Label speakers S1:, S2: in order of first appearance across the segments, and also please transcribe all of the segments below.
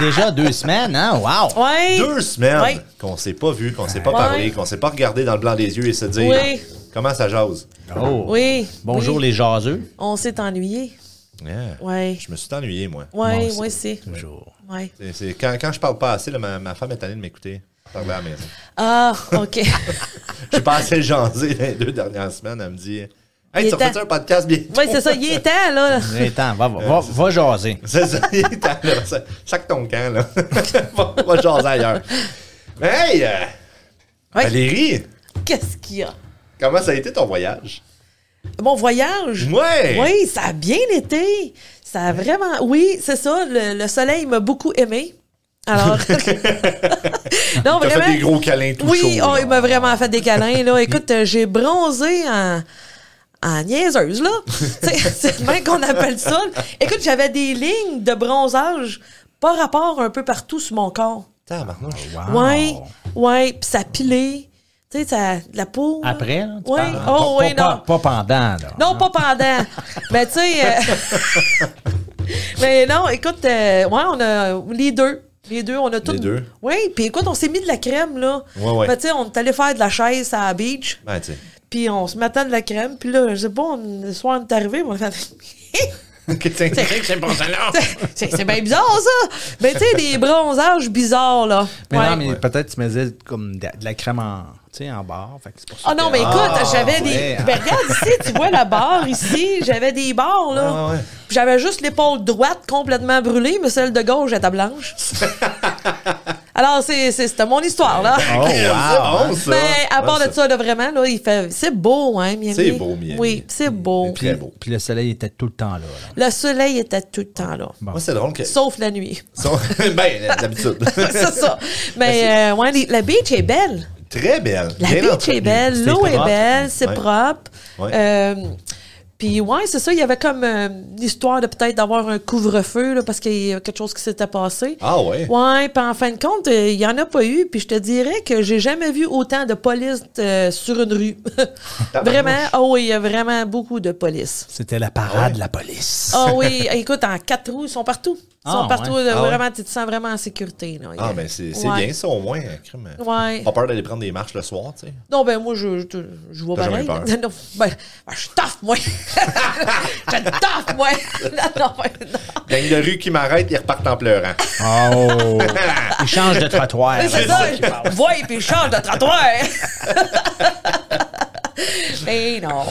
S1: Déjà deux semaines, hein? Wow!
S2: Ouais.
S3: Deux semaines
S2: Ouais.
S3: qu'on s'est pas vu, qu'on s'est pas parlé,
S2: Ouais.
S3: qu'on s'est pas regardé dans le blanc des yeux et se dire
S2: Oui.
S3: comment ça jase.
S1: Oh.
S2: Oui.
S1: Bonjour
S2: oui.
S1: les jaseux.
S2: On s'est ennuyé.
S3: Yeah.
S2: Ouais.
S3: Je me suis ennuyé, moi.
S2: Ouais,
S1: aussi.
S2: moi aussi.
S1: Bonjour.
S2: Ouais.
S3: C'est- c'est- quand, quand je parle pas assez, là, ma, ma femme est allée de m'écouter parler à la maison.
S2: Ah, OK.
S3: J'ai pas assez jasé les deux dernières semaines. Elle me dit Hey,
S2: Il
S3: tu as
S2: est
S3: fait
S2: temps.
S3: un podcast bientôt.
S2: Oui, c'est ça. Il est temps, là.
S1: Attends, va, va, va, va jaser.
S3: C'est ça, il est temps, là. Ça- Sac ton camp, là. va, va jaser ailleurs. Mais hey, euh,
S2: Ouais.
S3: Valérie,
S2: Qu'est-ce qu'il y a?
S3: comment ça a été ton voyage?
S2: Mon voyage.
S3: Ouais!
S2: Oui, ça a bien été. Ça a vraiment. Oui, c'est ça. Le, le soleil m'a beaucoup aimé. Alors. non,
S3: T'as fait des
S2: vraiment.
S3: gros câlins tout chaud.
S2: Oui, oh,
S3: là.
S2: il m'a vraiment fait des câlins. Là. Écoute, euh, j'ai bronzé en, en niaiseuse, là. Tu sais, c'est le même qu'on appelle ça. Écoute, j'avais des lignes de bronzage par rapport un peu partout sur mon corps.
S3: Tabarnouche.
S2: Ouais, ouais, puis ça pilait. Tu sais, ça, la peau. là.
S1: Après, là, tu
S2: Ouais.
S1: parles, hein?
S2: Oh,
S1: pas,
S2: oui,
S1: pas-
S2: non.
S1: pas- pas pendant, là.
S2: Non, pas pendant. Mais tu sais. euh, Mais non, écoute, euh, ouais, on a les deux. Les deux, on a tout.
S3: deux.
S2: Oui, puis écoute, on s'est mis de la crème, là.
S3: Ouais, ouais.
S2: Mais tu sais, on est allé faire de la chaise à la beach,
S3: Ben, tu sais.
S2: puis on se mettait de la crème, puis là, je sais pas, on, le soir, on est arrivé, on a fait.
S3: c'est pour ça, là.
S2: c'est c'est bien bizarre, ça! Mais tu sais, des bronzages bizarres, là.
S1: Mais
S2: Ouais.
S1: non, mais peut-être tu me disais comme de, de la crème en, tu sais, en barre. Fait que c'est pour ça
S2: Ah non,
S1: que-
S2: mais écoute,
S3: Ah,
S2: j'avais des.
S1: ouais.
S2: Ben, regarde ici, tu vois la barre ici, j'avais des barres, là.
S3: Ah, ouais, ouais.
S2: Puis J'avais juste l'épaule droite complètement brûlée, mais celle de gauche était blanche. Alors, c'est, c'est- c'était mon histoire, là.
S1: Oh, wow!
S3: Ah, bon, ça.
S2: Mais Ben, à part
S3: Ouais,
S2: de ça, là, vraiment, là, il fait. C'est beau, hein, Miami.
S3: C'est beau, Miami.
S2: Oui, c'est beau.
S3: Très beau.
S1: Puis le soleil était tout le temps là. là.
S2: Le soleil était tout le temps là.
S3: Moi, c'est drôle que.
S2: Sauf la nuit.
S3: Son- ben, d'habitude.
S2: c'est ça.
S3: Ben,
S2: Mais euh, ouais, les- la beach est belle.
S3: Très belle.
S2: La
S3: Bien
S2: beach
S3: entretenue.
S2: est belle, l'eau
S3: C'est
S2: est
S3: propre.
S2: belle, c'est
S3: Ouais.
S2: propre.
S3: Ouais.
S2: Euh, puis ouais, c'est ça, il y avait comme euh, l'histoire de peut-être d'avoir un couvre-feu là, parce qu'il y a quelque chose qui s'était passé.
S3: Ah ouais?
S2: Ouais, puis en fin de compte, euh, il y en a pas eu, puis je te dirais que j'ai jamais vu autant de police euh, sur une rue. vraiment, oh oui, il y a vraiment beaucoup de police.
S1: C'était la parade de la police.
S2: Ah oui, écoute, en quatre roues, ils sont partout. Ils sont
S1: Ah,
S2: partout,
S1: ouais.
S2: là,
S3: Ah, ouais.
S2: vraiment, tu te sens vraiment en sécurité. là.
S3: Ah, ben, c'est c'est
S2: Ouais.
S3: bien ça, au moins. hein, crime.
S2: Ouais.
S3: Pas peur d'aller prendre des marches le soir, tu sais.
S2: Non, ben moi, je, je, je vois
S3: T'as
S2: pareil.
S3: jamais peur?
S2: Non, ben, ben, je taffe, moi. je taffe, moi. non, non, ben, non.
S3: Gang de rue qui m'arrête, ils repartent en pleurant.
S1: Oh! Il change de trottoir.
S2: C'est ça, voyez, puis change de trottoir. Mais Ben, non.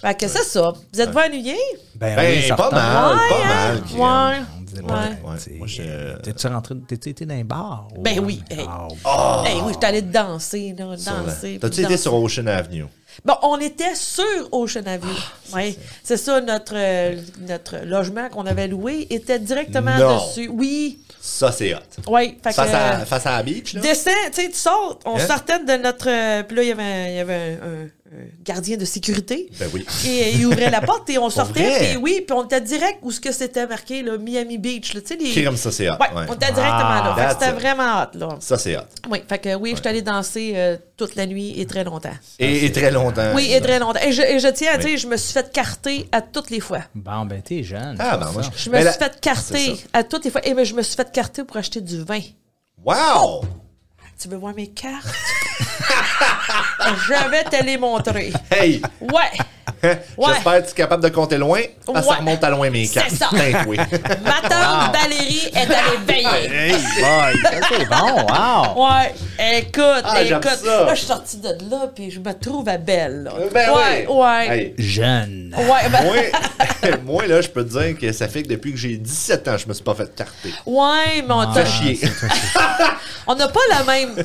S2: Fait que c'est ça. Vous êtes pas ennuyés?
S1: Ben,
S3: Ben,
S1: oui,
S3: pas
S1: certain.
S3: mal,
S2: Ouais,
S3: pas
S2: hein?
S3: mal. Guillaume.
S2: Ouais.
S1: On disait
S2: Ouais.
S1: pas.
S3: Ouais. euh,
S1: t'sais,
S3: Moi, je-
S1: T'es-tu rentré, t'es-tu été dans un bar?
S2: Ben oui, hey.
S1: Ah,
S2: Hey, Eh, oui, je suis allée danser, là,
S3: Sur la-
S2: danser.
S3: T'as-tu
S2: puis
S3: été
S2: danser.
S3: sur Ocean Avenue?
S2: Bon, on était sur Ocean Avenue.
S3: Ah,
S2: oui. C'est ça, notre, euh, notre logement qu'on avait loué était directement
S3: Non.
S2: dessus. Oui.
S3: Ça, c'est hot.
S2: Oui. Fait
S3: Face
S2: que,
S3: à, face à la beach, là?
S2: Descends, tu sais, tu sors. On
S3: Hein?
S2: sortait de notre. euh, Puis là, il y avait, un- il y avait un, un- un gardien de sécurité.
S3: Ben oui.
S2: Et euh, il ouvrait la porte et on sortait.
S3: vrai?
S2: Puis oui, puis on était direct où ce que c'était marqué, là, Miami Beach. là, Tu sais, les.
S3: Crime, ça, c'est hot.
S2: Ouais,
S3: Ouais. Ah,
S2: on était directement là. Fait que
S3: that's
S2: c'était
S3: it.
S2: vraiment hot, là.
S3: Ça, c'est hot.
S2: Oui, fait que oui, je suis allée danser euh, toute la nuit et très longtemps.
S3: Et, et très longtemps.
S2: Oui, et très longtemps. Et je, et je tiens à
S3: Oui.
S2: dire, je me suis fait carter à toutes les fois.
S1: Bon, ben, t'es jeune.
S3: Ah,
S1: c'est
S3: ben,
S1: ça.
S3: moi, je-
S2: Je me
S3: Mais
S2: suis
S3: la-
S2: fait carter
S3: C'est ça.
S2: à toutes les fois. Et mais je me suis fait carter pour acheter du vin.
S3: Wow!
S2: Tu veux voir mes cartes? je vais te les montrer.
S3: Hey!
S2: Ouais.
S3: J'espère que tu es capable de compter loin. parce que Ça
S2: Ouais.
S3: remonte à loin, mes
S2: C'est
S3: cartes.
S2: ça.
S3: Thank you.
S2: Ma tante Valérie est allée veiller.
S1: Hey, boy! ça, c'est bon, wow!
S2: Ouais, écoute,
S3: Ah, j'aime
S2: écoute.
S3: ça.
S2: Moi, je suis sortie de là, puis je me trouve à Belle. là.
S3: Ben
S2: ouais,
S3: oui.
S2: ouais.
S3: Hey,
S1: Jeune.
S2: Ouais, ben-
S3: moi, moi, là, je peux te dire que ça fait que depuis que j'ai 17 ans, je me suis pas fait carter.
S2: ouais, mais on
S3: T'as
S2: t'a-
S3: chier.
S2: on n'a pas la même,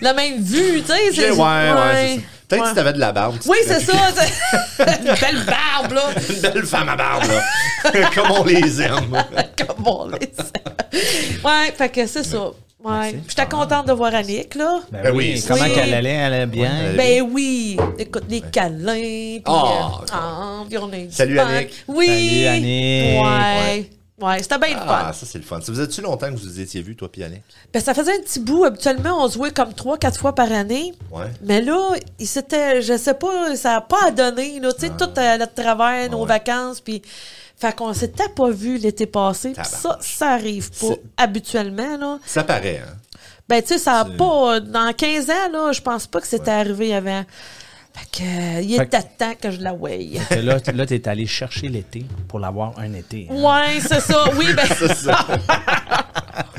S2: la même vue, tu sais.
S3: Ouais,
S2: c'est-
S3: ouais, c'est ça. Peut-être
S2: ouais.
S3: si t'avais de la barbe. tu
S2: Oui,
S3: te
S2: c'est
S3: ferais
S2: ça. c'est- Une belle barbe, là.
S3: Une belle femme à barbe, là. Comme on les aime.
S2: Comme on les sait. Ouais, fait que c'est ça. Ouais. J'étais contente de voir Annick, là.
S1: Ben,
S3: Ah. Ben
S1: oui,
S3: oui.
S1: comment
S2: Oui.
S1: qu'elle allait? Elle allait bien?
S3: Ouais,
S2: Ben oui, écoute, les câlins, puis,
S3: Ah,
S2: euh, ah, puis on a eu du
S3: Salut,
S2: fun.
S3: Annick.
S2: Oui.
S1: Salut, Annick.
S2: Ouais. Ouais, c'était bien le fun.
S3: Ah, ça, c'est le fun. Ça faisait-tu longtemps que vous vous étiez vus, toi puis Alex?
S2: Ben, ça faisait un petit bout. Habituellement, on se jouait comme trois, quatre fois par année.
S3: Ouais.
S2: Mais là, il s'était, je sais pas, ça n'a pas à donner. Là, tu sais, tout euh, notre travail, nos
S3: Ah. ouais.
S2: vacances, puis. Fait qu'on s'était pas vu l'été passé. Puis ça,
S3: Tabarnak.
S2: ça arrive pas
S3: C'est-
S2: habituellement, là.
S3: Ça paraît, hein?
S2: Ben, tu sais, ça a
S3: C'est-
S2: pas. euh, Dans 15 ans, là, je pense pas que c'était arrivé avant. Fait que, euh, il
S1: Fait que-
S2: était temps que je la weigh.
S1: Que Là, t- là tu es allé chercher l'été pour l'avoir un été. hein.
S2: Ouais, c'est ça. Oui, ben.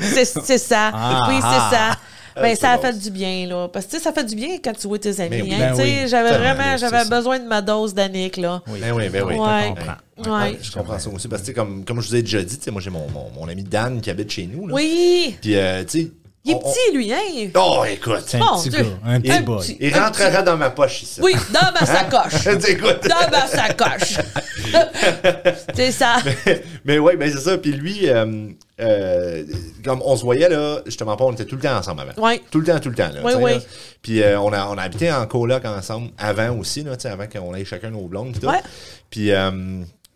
S2: c'est c'est ça.
S1: Ah,
S2: oui,
S1: ah.
S2: c'est ça. Ben,
S3: c'est
S2: ça a
S3: bon,
S2: fait
S3: ça.
S2: du bien, là. Parce que, tu sais, ça fait du bien quand tu vois tes amis.
S3: Ben oui.
S2: hein.
S1: Ben
S2: Tu sais,
S1: oui.
S2: J'avais
S3: Ça,
S2: vraiment
S3: c'est
S2: j'avais
S3: ça.
S2: besoin de ma dose d'Annick, là.
S3: Ben oui, ben oui. Ah,
S1: Je te
S2: Ouais.
S1: comprends.
S2: Ouais.
S3: Je comprends ça aussi. Parce que, tu sais, comme, comme je vous ai déjà dit, tu sais, moi, j'ai mon, mon, mon ami Dan qui habite chez nous. Là.
S2: Oui.
S3: Puis, euh, tu sais.
S2: Il est
S3: on- on-
S2: petit, lui, hein.
S3: Oh, écoute.
S1: C'est un
S2: Mon
S1: petit
S2: Dieu.
S1: gars, un petit
S2: Un
S1: boy.
S2: petit-
S3: Il rentrera dans ma poche ici.
S2: Oui, dans
S3: Hein?
S2: ma sacoche.
S3: Tu sais, écoute.
S2: dans ma sacoche. c'est ça.
S3: mais ouais, ben c'est ça. Puis lui, euh, euh, comme on se voyait, là, je te mens pas, on était tout le temps ensemble avant.
S2: Ouais.
S3: Tout le temps, tout le temps. Là,
S2: Ouais,
S3: tu sais,
S2: ouais.
S3: là. Puis euh, on, a, on a habité en coloc ensemble avant aussi, là, tu sais, avant qu'on aille chacun nos blondes. puis tout.
S2: Ouais.
S3: Puis, euh,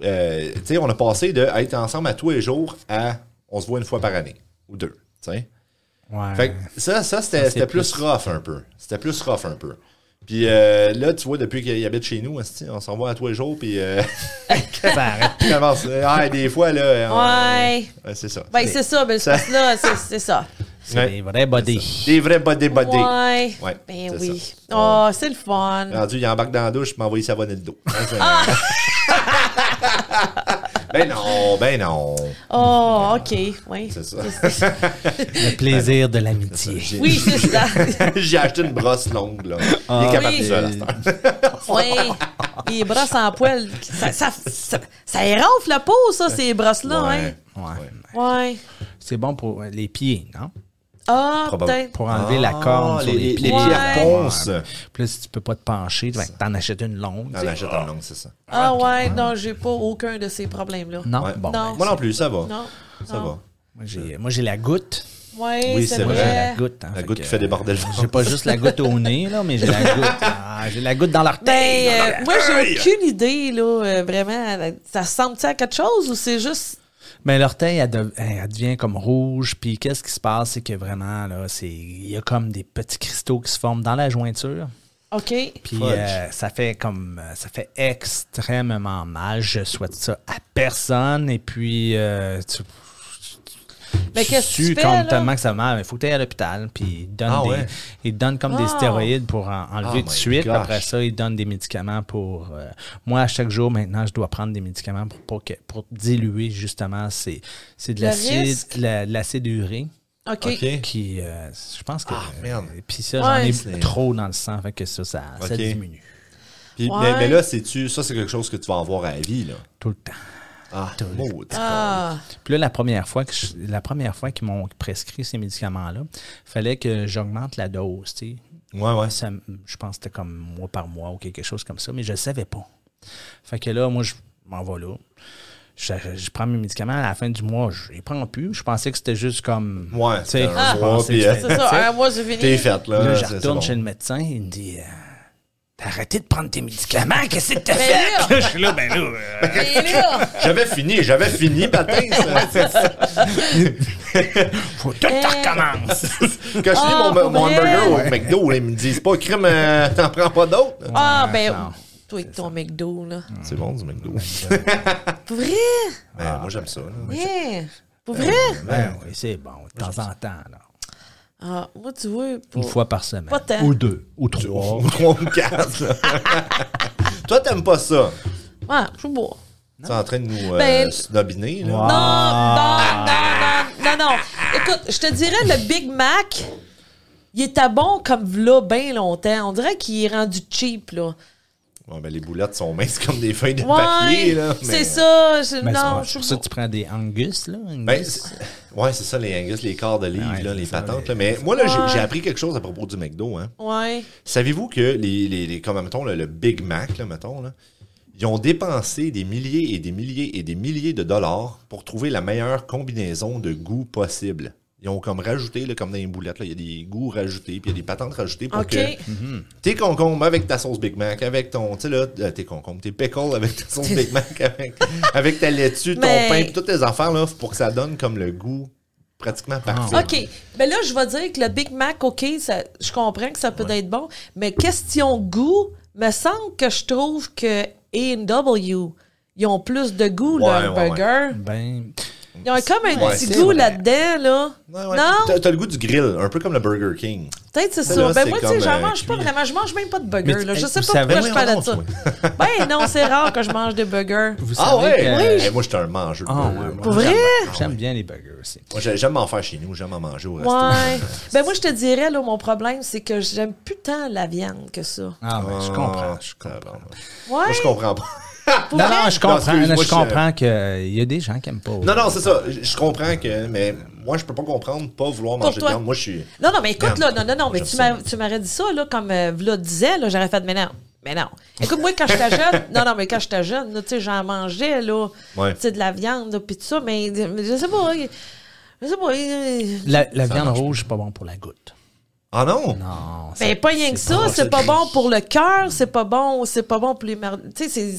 S3: euh, tu sais, on a passé de être ensemble à tous les jours à on se voit une fois par année ou deux. tu sais.
S1: Ouais.
S3: Fait que ça, Ah, ça c'était
S1: c'est
S3: c'était plus rough un peu. C'était plus rough un peu. Puis euh, là, tu vois, depuis qu'il habite chez nous, esti, on s'en va à tous les jours, puis euh,
S1: Ça arrête.
S3: il avance. Ah, des fois, là. euh,
S2: Ouais.
S3: ouais, c'est ça.
S2: Ben, c'est ça, ben,
S3: Ça-
S2: c'est là, c'est c'est ça.
S1: C'est
S3: Ouais.
S1: des vrais body.
S3: Des vrais body body.
S2: Ouais.
S3: Ouais,
S2: Ben
S3: c'est
S2: oui.
S3: ça. Ah.
S2: Oh, c'est le fun.
S3: Rendu, il embarque dans la douche, il m'a envoyé savonner le dos. Hein, c'est-
S2: Ah.
S3: ben non, ben non.
S2: Oh, OK. Oui.
S3: C'est ça.
S1: Le plaisir de l'amitié.
S3: J'ai-
S2: Oui, c'est ça.
S3: J'ai acheté une brosse longue, là.
S1: Ah,
S3: Il est capable
S2: oui.
S3: de ça, là.
S2: Oui. Les brosses en poêle. Ça, ça, ça, ça éronfle la peau, ça, ces brosses-là, hein?
S1: Ouais.
S2: Ouais.
S1: C'est bon pour euh, les pieds, non?
S2: Ah,
S3: Probable.
S2: peut-être.
S1: Pour enlever la corne
S3: Ah,
S1: sur
S3: les-
S1: les,
S3: les-
S2: les
S1: pieds.
S2: pieds
S3: ponces.
S1: Puis là, si tu peux pas te pencher, fait que t'en achètes une longue.
S3: On
S1: tu sais.
S3: achète une longue, c'est ça.
S2: Ah, ouais. Non, j'ai pas aucun de ces problèmes-là.
S1: Non?
S3: Ouais.
S1: Bon,
S2: Non.
S1: ben,
S3: Moi non plus, ça va.
S2: Ah, Non.
S3: Ça
S2: non.
S3: va.
S1: moi, j'ai- moi, j'ai la goutte.
S2: Ouais,
S3: Oui,
S2: c'est
S3: c'est
S1: Moi,
S2: vrai.
S1: j'ai la goutte. hein,
S3: La goutte
S1: que,
S3: qui fait déborder le
S1: euh,
S3: ventre.
S1: J'ai pas juste la goutte au nez, là, mais j'ai la goutte. Ah, j'ai la goutte dans l'artère.
S2: Ben, euh, moi,
S3: Aïe!
S2: j'ai aucune idée, là, euh, vraiment. Ça ressemble-tu à quelque chose ou c'est juste.
S1: Mais l'orteil, elle, dev- elle devient comme rouge. Puis qu'est-ce qui se passe, c'est que vraiment, là, c'est il y a comme des petits cristaux qui se forment dans la jointure.
S2: OK.
S1: Puis
S3: Fudge.
S1: euh, ça fait comme euh, ça fait extrêmement mal. Je souhaite ça à personne. Et puis euh, tu,
S2: Mais
S1: tu
S2: Ben, qu'est-ce que tu
S1: sues
S2: fais,
S1: comme
S2: là?
S1: tellement que ça mal. Il faut que tu ailles à l'hôpital. Puis ils donnent,
S3: Ah
S1: des,
S3: ouais?
S1: ils te donnent comme
S2: Oh.
S1: des stéroïdes pour en- enlever
S3: Oh
S1: de
S3: my
S1: suite.
S3: gosh.
S1: Après ça, ils donnent des médicaments pour. euh, moi, à chaque jour maintenant, je dois prendre des médicaments pour, pour, que- pour diluer justement. C'est c'est de
S2: Le
S1: l'acide,
S2: risque?
S1: la- de l'acide urique
S2: OK.
S3: OK.
S1: qui euh, je pense que
S3: Ah, merde.
S1: et puis ça j'en
S2: Ouais.
S1: ai trop dans le sang fait que ça ça, ça
S3: Ok.
S1: diminue
S3: Puis-
S2: Ouais.
S3: mais, mais là, c'est-tu, ça, c'est quelque chose que tu vas avoir à la vie, là.
S1: tout le temps
S3: Ah, maudit.
S2: Ah,
S1: Puis là, la première fois que je- la première fois qu'ils m'ont prescrit ces médicaments-là, fallait que j'augmente la dose. tu sais.
S3: Ouais, ouais.
S1: Ça m- je pense que c'était comme mois par mois ou quelque chose comme ça, mais je ne savais pas. Fait que là, moi, je m'en vais là. Je, je prends mes médicaments à la fin du mois, je les prends plus. Je pensais que c'était juste comme.
S3: Ouais,
S1: tu sais,
S3: c'était un
S1: je
S3: mois,
S1: pensais
S3: puis,
S1: que
S3: euh,
S1: c'était-
S2: c'est ça. Un mois, c'est fini.
S3: T'es faite, là.
S1: Là,
S3: là,
S1: je
S3: c'est- c'est
S1: retourne
S3: bon.
S1: chez le médecin, il me dit euh, T'as arrêté de prendre tes médicaments, qu'est-ce que t'as
S2: Ben
S1: fait
S2: là.
S1: Je suis là, ben là. euh,
S2: Mais là,
S3: J'avais fini, j'avais fini, patin, ça.
S1: faut tout
S2: Eh.
S1: que t'en recommences.
S3: Quand je finis
S2: Ah,
S3: mon, mon
S2: pour vrai?
S3: hamburger au McDo, ils me disent pas, crime, euh, t'en prends pas d'autres. Ah,
S2: Ah, ben,
S1: non,
S2: toi et ton McDo, là.
S3: C'est bon, du McDo.
S1: Ah.
S2: Pour vrai?
S3: Ben, moi, j'aime ça. là.
S2: Hein? Pour vrai?
S1: Ben oui, c'est bon, de temps en temps. là.
S2: Ah, moi, tu vois,
S1: Une
S2: pour...
S1: fois par semaine.
S2: Pas tant.
S1: Ou deux. Ou
S3: Trois
S1: trois.
S3: ou trois ou quatre. là. Toi, t'aimes pas ça.
S2: Ouais, je suis beau.
S3: Tu es en train de nous euh,
S2: Ben,
S3: snobiner, là.
S2: Non, non, non, non, non, non. Écoute, je te dirais, le Big Mac, il était bon comme v'là bien longtemps. On dirait qu'il est rendu cheap, là.
S3: Ouais, ben, les boulettes sont minces comme des feuilles de
S2: Ouais,
S3: papier, là. mais-
S2: c'est ça. je-
S1: Ben,
S2: non,
S1: c'est
S2: je suis
S1: pour ça que
S2: beau.
S1: tu prends des Angus, là. Angus.
S3: Ben, c'est- ouais, c'est ça, les Angus, les quarts de livre,
S1: Ouais,
S3: là,
S1: c'est
S3: les
S1: ça,
S3: patentes.
S1: les-
S3: là. Mais moi, là, j'ai-
S2: Ouais.
S3: j'ai appris quelque chose à propos du McDo. Hein.
S2: Ouais.
S3: Savez-vous que les, les, les- comme, mettons, le, le Big Mac, là, mettons, là, ils ont dépensé des milliers et des milliers et des milliers de dollars pour trouver la meilleure combinaison de goût possible. Ils ont comme rajouté, là, comme dans les boulettes, là, il y a des goûts rajoutés, puis il y a des patentes rajoutées pour
S2: OK.
S3: que tes concombres avec ta sauce Big Mac, avec ton, tu sais là, euh, tes concombres, tes pickles avec ta sauce Big Mac, avec, avec ta laitue, ton
S2: Mais-
S3: pain, puis toutes tes affaires, là, pour que ça donne comme le goût pratiquement parfait.
S2: OK. Ben là, je vais dire que le Big Mac, OK, ça, je comprends que ça peut être bon, mais question goût, me semble que je trouve que A&W, ils ont plus de goût,
S3: Ouais,
S2: leur
S3: ouais,
S2: burger.
S1: Ben,
S2: Ils ont comme un
S3: Ouais,
S2: petit
S3: c'est
S2: goût
S3: vrai.
S2: là-dedans, là.
S3: Ouais, ouais.
S2: Non?
S3: T'as- T'as le goût du grill, un peu comme le Burger King.
S2: Peut-être c'est ça.
S3: là,
S2: Ben
S3: c'est
S2: moi, tu
S3: comme,
S2: sais, j'en
S3: euh,
S2: mange pas
S3: cuit.
S2: vraiment. Je mange même pas de burger,
S1: Mais
S2: là.
S1: tu-
S2: Je sais
S1: vous
S2: pas pourquoi
S1: savez-
S2: je parle de ça.
S3: Voyons
S2: Ben non, c'est rare que je mange des burgers.
S1: vous
S3: Ah
S1: savez
S3: ouais?
S1: que-
S3: Eh, moi, j'étais un mangeur. de
S1: Ah,
S3: burgers,
S1: ouais,
S3: moi.
S1: moi,
S2: vrai?
S1: j'aime- J'aime bien les burgers aussi.
S3: Moi, j'ai- j'aime m'en faire chez nous, j'aime en manger au resto.
S2: Ouais. ben moi, je te dirais, là, mon problème, c'est que j'aime plus tant la viande que ça.
S1: Ah, ben, je
S3: Ah,
S1: comprends. Je
S3: ça
S1: comprends.
S3: va.
S2: Ouais.
S3: Moi, je comprends pas.
S2: pour
S1: Non,
S2: vrai?
S1: non, je comprends.
S3: excuse-moi,
S1: je
S3: je-
S1: comprends qu'il y a des gens qui n'aiment pas.
S3: Non, non, c'est ça. Je je comprends que. Mais moi, je peux pas comprendre pas vouloir manger de
S2: toi.
S3: viande. Moi, je suis.
S2: Non, non, mais écoute, là,
S3: Merde.
S2: non, non, non, mais
S3: J'aime
S2: tu
S3: ça.
S2: m'as- tu m'aurais dit ça, là, comme euh, Vla disait, là, j'aurais fait, mais non, mais non. Écoute, moi, quand j'étais jeune, non, non, mais quand j'étais jeune, là, tu sais, j'en mangeais, là,
S3: Ouais.
S2: tu sais, de la viande, là, puis tout ça, mais, mais je sais pas, hein, je sais pas, hein,
S1: La, la viande rouge, c'est pas bon pour la goutte.
S3: Ah non?
S1: Non.
S2: ben,
S1: c'est-
S2: pas rien que
S1: c'est
S2: ça, c'est pas
S1: c'est-
S2: bon pour le cœur, c'est pas bon, c'est pas bon pour les mer... tu sais, c'est...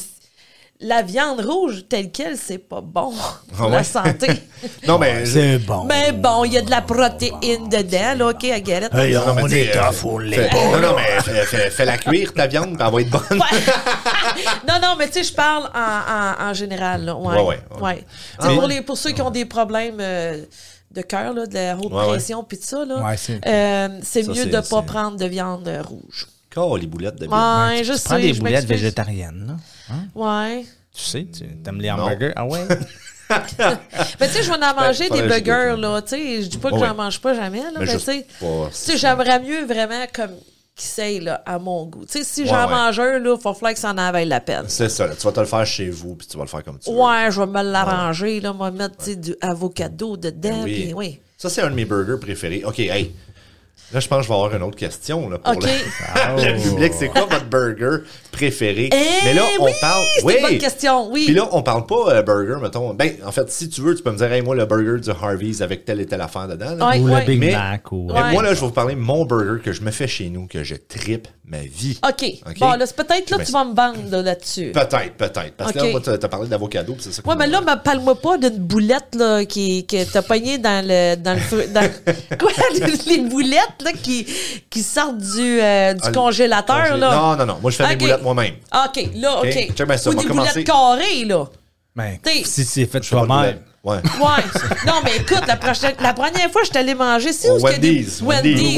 S2: La viande rouge telle quelle, c'est pas bon pour
S3: Ah
S2: la
S3: ouais?
S2: santé.
S3: Non, mais.
S1: C'est bon.
S2: mais bon, il y a de la protéine dedans, là, OK, I get it.
S1: Hey,
S3: Non, mais
S1: on
S3: t'sais,
S1: est
S3: euh,
S1: tough, on
S3: fais-
S1: l'est pas.
S3: Non, non, mais fais, fais- fais la cuire, ta viande, puis elle va être bonne.
S2: non, non, mais tu sais, je parle en, en, en général. là. Ouais,
S3: Ouais,
S2: ouais,
S3: ouais, ouais.
S2: Tu sais, pour, les, pour ceux qui ont des problèmes euh, de cœur, là, de la haute
S3: Ouais, ouais.
S2: pression, puis tout ça, là,
S1: Ouais, c'est-
S2: euh, c'est
S3: Ça,
S2: mieux
S3: c'est-
S2: de ne
S3: c'est-
S2: pas prendre de viande euh, rouge.
S3: Oh, les boulettes de viande.
S2: Ouais, Ben, je
S1: tu
S2: sais.
S1: prends des
S2: je
S1: boulettes
S2: m'excuse.
S1: végétariennes, là. Hein?
S2: Ouais.
S1: Tu sais, tu aimes les hamburgers. Ah ouais?
S2: Mais tu sais, je vais en manger des
S3: faudrait que j'y
S2: burgers,
S3: goûte,
S2: là. Tu sais, je dis pas que
S3: Ouais,
S2: j'en
S3: ouais.
S2: mange pas jamais, là.
S3: Mais
S2: Mais tu
S3: juste
S2: sais,
S3: pas
S2: tu sais,
S3: si-
S2: j'aimerais mieux vraiment comme qu'ils sait, là, à mon goût. Tu sais, si j'en
S3: ouais.
S2: mange un, là, il faut falloir que ça en availle la peine.
S3: C'est ça, là. tu vas te le faire chez vous, puis tu vas le faire comme tu veux.
S2: Ouais, je vais me l'arranger, là, moi, mettre tu sais, du avocado dedans,
S3: Ben Oui.
S2: Ah, puis oui.
S3: Ça, c'est un de mes burgers préférés. OK, hey. Là, je pense que je vais avoir une autre question là, pour
S2: OK.
S1: Ah.
S3: le, le public. C'est quoi votre burger préféré?
S2: Eh
S3: Mais là, on
S2: oui,
S3: parle.
S2: c'est une bonne question, oui.
S3: Puis là, on parle pas euh, burger, mettons. Ben, en fait, si tu veux, tu peux me dire, hey, moi, le burger du Harvey's avec telle et telle affaire dedans. là.
S2: Ouais,
S1: Ou
S2: ouais.
S1: le Big
S3: Mais-
S1: Mac. Ou... euh,
S3: Mais
S2: Ouais.
S3: moi, là, je vais vous parler de mon burger que je me fais chez nous, que je tripe ma vie.
S2: OK. Bon, là, c'est peut-être là
S3: Je
S2: tu
S3: me-
S2: vas me vendre là, là-dessus.
S3: Peut-être, peut-être. Parce que
S2: OK.
S3: là, moi, t'as t'as parlé d'avocado, puis c'est ça que
S2: Ouais, mais là, me parle-moi pas d'une boulette là, qui, que t'as pognée dans le. Dans le feu- dans- quoi, les- les boulettes là, qui, qui sortent du, euh, du
S3: Ah, le
S2: congélateur,
S3: congé-
S2: là?
S3: Non, non, non. Moi, je fais mes
S2: OK. Ah,
S3: boulettes moi-même.
S2: OK, là, OK.
S3: OK, check bien ça,
S2: Ou
S3: on va
S2: des
S3: commencer.
S2: boulettes carrées, là.
S1: Mais
S2: T'sais-
S1: ben, si c'est fait
S3: Pas de
S1: toi-même.
S3: boulette. Ouais.
S2: Ouais. non, mais écoute, la, prochaine, la première fois, je suis allé manger. C'est où
S3: Au
S2: est-ce qu'il y a des-
S3: Wendy's, Wendy's.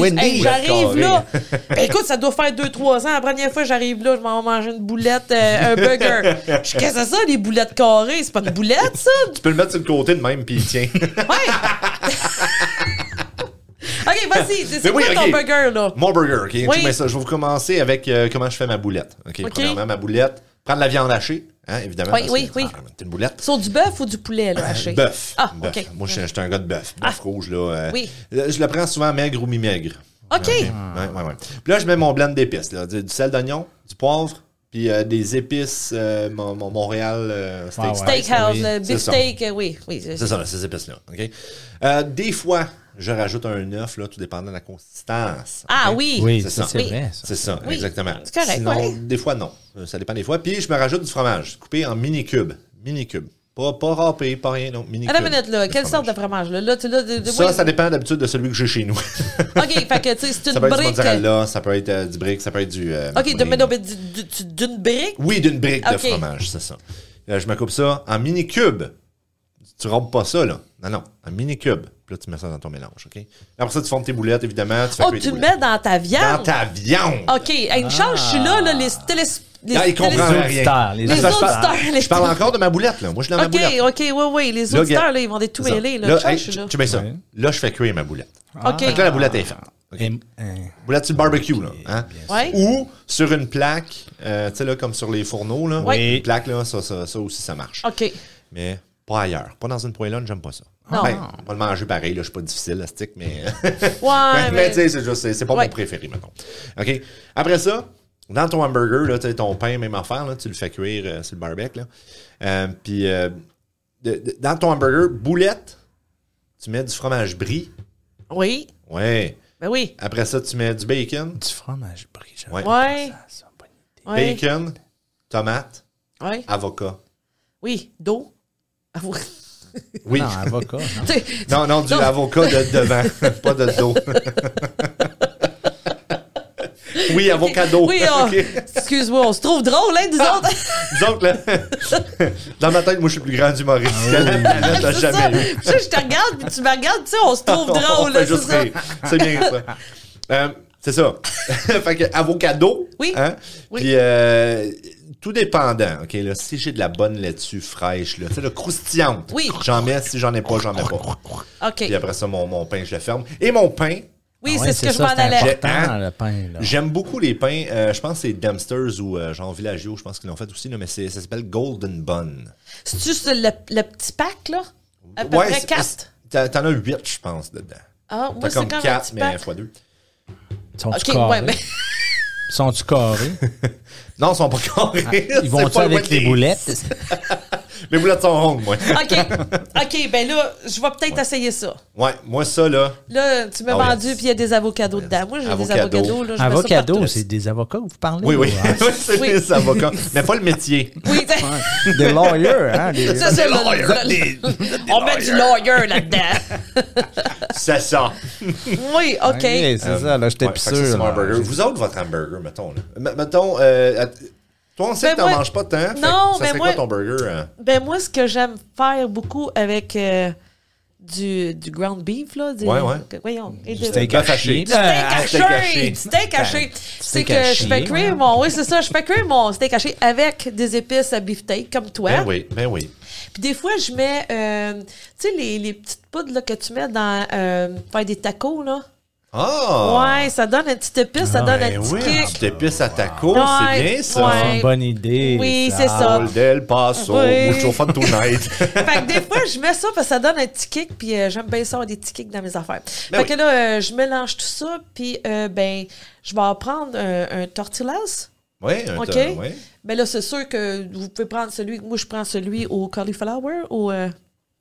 S2: Wendy's.
S1: Wendy's.
S2: Hey, j'arrive
S3: Carré.
S2: là. Ben, écoute, ça doit faire 2-3 ans. La première fois, j'arrive là, je m'en vais manger une boulette, euh, un burger. Je suis qu'est-ce que c'est ça, les boulettes carrées? C'est pas une boulette, ça?
S3: Tu peux le mettre sur le côté de même, puis il tient.
S2: Ouais. OK, vas-y. C'est
S3: Mais
S2: quoi
S3: oui,
S2: ton
S3: ok.
S2: burger, là?
S3: Mon burger, OK?
S2: Oui.
S3: Check bien ça. Je vais vous commencer avec euh, comment je fais ma boulette. OK, premièrement, ma boulette. Prendre la viande hachée, hein, évidemment.
S2: Oui,
S3: parce
S2: oui,
S3: que-
S2: oui.
S3: Ah, c'est une boulette.
S2: Sur du bœuf ou du poulet, là, haché?
S3: Euh, Bœuf.
S2: Ah,
S3: Bœuf.
S2: OK. Ah.
S3: Moi, je suis je suis un gars de bœuf. Bœuf rouge, là. euh,
S2: Oui.
S3: euh, Je le prends souvent maigre ou mi-maigre.
S2: OK.
S3: Ouais, ouais, ouais. Puis là, je mets mon blend d'épices, là. Du, du sel d'oignon, du poivre, puis euh, des épices euh, mon, mon Montréal euh, steak.
S1: Ouais, ouais.
S2: Steakhouse,
S1: oui,
S2: le
S3: c'est
S2: beef
S3: ça.
S2: steak, euh, oui. oui
S3: C'est ça, là, ces épices-là. OK? Euh, des fois, je rajoute un œuf, là, tout dépendant de la consistance.
S2: Ah
S3: OK?
S2: oui.
S1: Oui,
S3: C'est
S1: ça,
S3: ça.
S1: c'est
S2: Oui.
S1: vrai. ça.
S3: C'est ça,
S2: Oui,
S3: exactement.
S2: c'est correct,
S3: Sinon,
S2: ouais.
S3: des fois, non. Euh, Ça dépend des fois. Puis, je me rajoute du fromage, coupé en mini-cubes. Mini-cubes. Pas, pas râpé, pas rien, non. Mini-cubes.
S2: À la minute, là,
S3: de
S2: quelle sorte de
S3: fromage.
S2: fromage, là? là, tu, là de, de-
S3: Ça,
S2: oui.
S3: ça dépend d'habitude de celui que j'ai chez nous.
S2: OK, fait que, tu sais, c'est une
S3: ça peut être du
S2: brique.
S3: mozzarella, ça peut être euh, du brick, ça peut être du... euh,
S2: OK, de,
S3: des-
S2: mais non, mais du- du- du- d'une brique?
S3: Oui, d'une brique
S2: Ok.
S3: de fromage, c'est ça. Là, je me coupe ça en mini-cubes. Tu rompes pas ça, là. Non, non, en mini-cubes. Puis là, tu mets ça dans ton mélange, OK? Après ça, tu formes tes boulettes, évidemment. Tu fais
S2: Oh,
S3: cuire tes
S2: tu le
S3: boulettes.
S2: mets dans ta Oh, viande?
S3: Dans ta viande!
S2: OK, hey, une chance, je suis là, là, les télés... Les,
S3: Ah, il comprend
S1: Les
S3: rien.
S1: auditeurs, les
S2: Les
S3: Parce que je
S2: auditeurs,
S3: parle-
S2: les-
S3: Je parle encore de ma boulette, là. Moi, je suis dans ma
S2: OK,
S3: boulette.
S2: OK, oui, oui, les
S3: Là,
S2: auditeurs,
S3: gars-
S2: là, ils vont être tout
S3: C'est ça.
S2: mêlés, là. Une chance,
S3: hey,
S2: je suis
S3: tu-
S2: là.
S3: Tu mets ça.
S1: Ouais.
S3: Là, je fais cuire ma boulette.
S2: OK.
S3: Fait que là, la boulette est faite.
S1: Et- euh,
S3: Boulette sur le barbecue, là. hein.
S2: Ouais.
S3: Ou sur une plaque, euh, tu sais, là, comme sur les fourneaux, là.
S1: Oui.
S3: Une plaque, là, ça, ça, ça aussi, ça marche.
S2: OK.
S3: Mais pas ailleurs. Pas dans une poêlonne, j'aime pas ça.
S2: Non.
S3: Ben, on va le manger pareil, là, je suis pas difficile, la stick, mais.
S2: Ouais,
S3: Ben, mais
S2: mais-
S3: tu sais, c'est juste- c'est- c'est pas
S2: Ouais.
S3: mon préféré, mettons. OK. Après ça, dans ton hamburger, là, tu sais, ton pain, même affaire, là, tu le fais cuire euh, sur le barbecue. Là. Euh, puis, euh, de- de- dans ton hamburger, boulette, tu mets du fromage brie,
S2: Oui.
S3: Ouais.
S2: Ben oui.
S3: Après ça, tu mets du bacon.
S1: Du fromage brie. j'avais
S3: Ouais.
S1: pas
S2: Ouais.
S1: pensé à ça, bonne idée.
S2: Oui.
S3: Bacon, tomate,
S2: Ouais.
S3: avocat.
S2: Oui. D'eau. Ah, oui.
S3: Oui.
S1: Non, avocat. non.
S2: Tu sais,
S3: Non, non, du
S2: hein. Non.
S3: avocat de devant, pas de dos. oui, avocado.
S2: Oui, ah,
S3: Ok. Ah,
S2: excuse-moi, on se trouve drôle, hein, nous autres.
S3: Disons que là, dans ma tête, moi, je suis le plus grand humoriste. que la planète n'a
S2: C'est ça.
S3: jamais eu.
S2: Tu sais, je te regarde, puis tu me regardes, tu sais, on se trouve
S3: On
S2: drôle,
S3: fait
S2: là, c'est
S3: juste
S2: ça.
S3: rire. C'est bien ça. Euh, c'est ça. fait que avocado.
S2: Oui.
S3: Hein?
S2: Oui.
S3: Puis euh, tout dépendant. OK, là, si j'ai de la bonne laitue fraîche, là, tu sais, le croustillante.
S2: Oui.
S3: J'en mets, si j'en ai pas, j'en mets pas.
S2: OK.
S3: Puis après ça, mon, mon pain, je le ferme. Et mon pain,
S2: Oui,
S1: Ah
S2: c'est
S1: Ouais,
S2: ce que je m'en
S1: ça, c'est
S2: allais.
S1: important,
S3: Hein?
S1: le pain. Là.
S3: J'aime beaucoup les pains. euh, je pense que c'est Dempster's ou euh, genre Villaggio, je pense qu'ils l'ont fait aussi, là, mais c'est- ça s'appelle Golden Bun.
S2: C'est-tu ce- le, le petit pack, là? À peu près
S3: c'est-
S2: 4.
S3: t'en- T'en as 8, je pense, dedans.
S2: Ah, moi,
S3: T'as
S2: c'est
S3: comme
S2: quand même un
S3: 4,
S2: petit
S3: mais
S2: pack.
S3: x2.
S1: Sont-tu
S2: OK,
S1: carrés?
S2: ouais, ben, mais
S1: Sont-tu carrés?
S3: Non, ils sont pas carrés.
S1: Ah, Ils vont-tu avec les boulettes?
S3: Les boulettes sont rondes, moi.
S2: OK. OK, ben là, je vais peut-être essayer ça.
S3: Ouais, moi, ça, là.
S2: Là, tu m'as
S3: Ah ouais.
S2: vendu, puis il y a des avocados dedans. Moi, j'ai des
S3: Avocado.
S2: avocados, là, je mets ça
S1: Avocado,
S2: partout.
S1: c'est des avocats, vous parlez?
S3: Oui, oui.
S1: ou, hein?
S3: c'est
S2: Oui.
S3: les avocats. Mais pas le métier.
S2: Oui, t'sais,
S1: Ah, Des lawyers, hein? des-
S2: ça, c'est le- le- On met du lawyer là-dedans.
S3: C'est ça.
S2: Oui, OK.
S1: Ouais, c'est ça, là, j'étais
S3: Ouais,
S1: plus
S3: fait que ça,
S1: sûr.
S3: c'est mon
S1: là.
S3: hamburger. Vous autres, votre hamburger, mettons. Là. M- mettons, euh, att- toi, on sait
S2: Ben
S3: que t'en
S2: moi-
S3: manges pas tant. fait que
S2: Non,
S3: ça
S2: mais
S3: serait
S2: moi-
S3: quoi ton burger? hein?
S2: Ben moi, ce que j'aime faire beaucoup avec euh, du, du ground beef, là, du,
S3: Ouais, ouais.
S2: voyons, et
S1: Du
S2: de-
S1: steak
S3: Bœuf
S1: à chier.
S3: haché. Du
S2: du steak
S3: Euh, haché. Ben,
S2: haché, du steak haché. C'est
S1: steak
S2: que
S1: haché,
S2: je fais cuire
S1: ouais.
S2: mon, oui c'est ça, je fais cuire mon steak haché avec des épices à beefsteak comme toi.
S3: Ben oui, ben oui.
S2: Puis des fois je mets, euh, tu sais les, les petites poudres là, que tu mets dans euh, faire des tacos là.
S3: Ah!
S2: Ouais, ça donne un petit épice, ça donne
S3: Ben
S2: un petit
S3: oui, un
S2: kick.
S3: petit épice à taco, c'est
S2: Ouais,
S3: bien ça.
S1: C'est
S2: ouais.
S1: une bonne idée.
S2: Oui, c'est ça.
S3: Paul Del Paso,
S2: Oui.
S3: mucho fun tonight.
S2: fait que des fois, je mets ça parce que ça donne un petit kick, puis euh, j'aime bien ça, avoir des petits kicks dans mes affaires.
S3: Ben
S2: fait
S3: oui.
S2: que là, euh, je mélange tout ça, puis euh, ben, je vais en prendre un, un tortillas.
S3: oui, un
S2: OK?
S3: ton, euh, ouais.
S2: Mais là, c'est sûr que vous pouvez prendre celui. Moi, je prends celui au cauliflower, au. euh,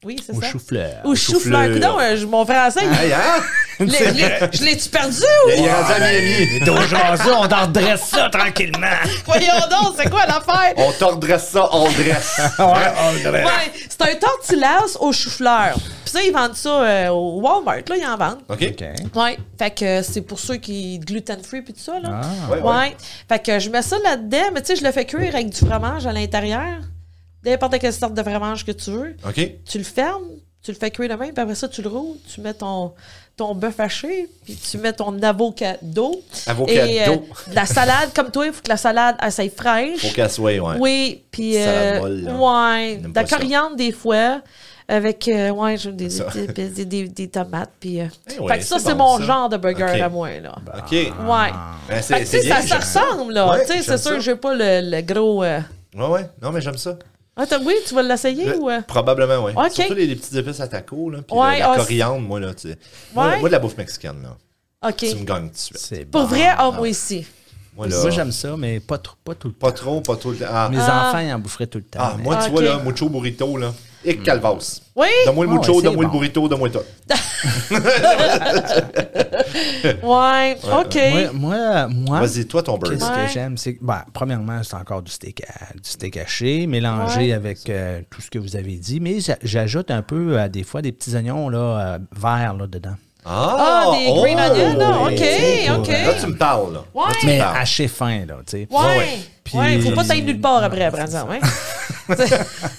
S2: oui, c'est
S1: Au
S2: ça?
S1: chou-fleur.
S2: Au chou-fleur.
S3: chou-fleur.
S2: Coudon, euh, je- mon français, il-
S3: Hey, hein?
S2: je l'ai- je l'ai- je l'ai-tu perdu ou.
S3: Il est rendu à Miami.
S1: Aujourd'hui, on en redresse ça tranquillement.
S2: Voyons donc, c'est quoi l'affaire?
S3: On te redresse ça, on le dresse.
S1: Ah
S2: Ouais, c'est un tortillas au chou-fleur. Puis ça, ils vendent ça euh, au Walmart, là, ils en vendent.
S3: OK?
S1: OK.
S2: Ouais, fait que euh, c'est pour ceux qui gluten free puis tout ça là.
S1: Ah.
S3: Ouais,
S2: ouais.
S3: ouais.
S2: Fait que je mets ça là-dedans, mais tu sais je le fais cuire avec du fromage à l'intérieur. N'importe quelle sorte de fromage que tu veux.
S3: OK?
S2: Tu le fermes, tu le fais cuire demain, puis après ça tu le roules, tu mets ton ton bœuf haché, puis tu mets ton avocado.
S3: Avocado.
S2: Et euh, de la salade comme toi, il faut que la salade elle soit fraîche.
S3: Faut qu'elle soit, ouais.
S2: Oui, puis
S3: Salade
S2: euh,
S3: molle, là.
S2: ouais,
S3: J'aime
S2: de
S3: pas
S2: la
S3: ça.
S2: coriandre des fois avec euh, ouais, j'aime des,
S3: Ça.
S2: des, épices, des, des- des tomates puis euh.
S3: Eh ouais,
S2: Fait que ça
S3: c'est
S2: c'est
S3: bon,
S2: mon
S3: ça.
S2: genre de burger
S3: Ok.
S2: à moi là.
S3: OK.
S2: Ouais.
S3: Ben,
S2: Fait que, tu sais,
S3: c'est c'est
S2: ça,
S3: bien.
S2: ça
S3: j'aime ça.
S2: ressemble, là.
S3: Ouais,
S2: Tu sais,
S3: j'aime
S2: c'est sûr
S3: ça.
S2: que j'ai pas le, le gros. euh,
S3: Ouais, ouais. Non, mais j'aime ça.
S2: Attends, oui, tu vas l'essayer
S3: Le-
S2: ou. euh?
S3: Probablement, oui.
S2: OK.
S3: Surtout les, les petites épices à taco, là. Puis
S2: Ouais,
S3: la, la
S2: ah,
S3: coriandre, moi, là. Tu... Moi,
S2: Ouais.
S3: moi, de la bouffe mexicaine, là.
S2: OK.
S3: Tu me Ah, gagnes tout de suite.
S1: C'est bon.
S2: Pour vrai, oh, moi ici.
S3: Moi, là.
S1: Moi, j'aime ça, mais pas, trop, pas tout le temps.
S3: Pas trop, pas trop. de- Ah,
S1: Mes
S2: Ah.
S1: enfants, ils en boufferaient tout le temps.
S3: ah
S1: mais-
S3: moi, tu
S2: Ok.
S3: vois, là, mucho burrito, là. Et calvas.
S2: Oui?
S3: Donne-moi le
S1: Ah ouais,
S3: mucho,
S1: c'est
S3: donne-moi le
S1: bon.
S3: burrito, donne-moi tout.
S2: Ouais. OK.
S1: Moi, moi, moi,
S3: Vas-y, toi, ton burger.
S1: Qu'est-ce
S2: Ouais.
S1: que j'aime, c'est que, ben, premièrement, c'est encore du steak, à- du steak haché, mélangé
S2: Ouais.
S1: avec euh, tout ce que vous avez dit, mais j'a- j'ajoute un peu, euh, des fois, des petits oignons là, euh, verts là, dedans.
S2: Ah, des green onions, là. OK, OK.
S1: hein.
S3: Là, tu me parles, là.
S2: Ouais.
S3: Là, tu me
S1: Mais
S3: parles.
S1: haché fin, là, tu sais.
S3: Ouais,
S2: Ouais.
S3: ouais.
S2: Ouais.
S1: Puis-
S2: faut pas t'ailles nulle part après, Brandon. Ouais.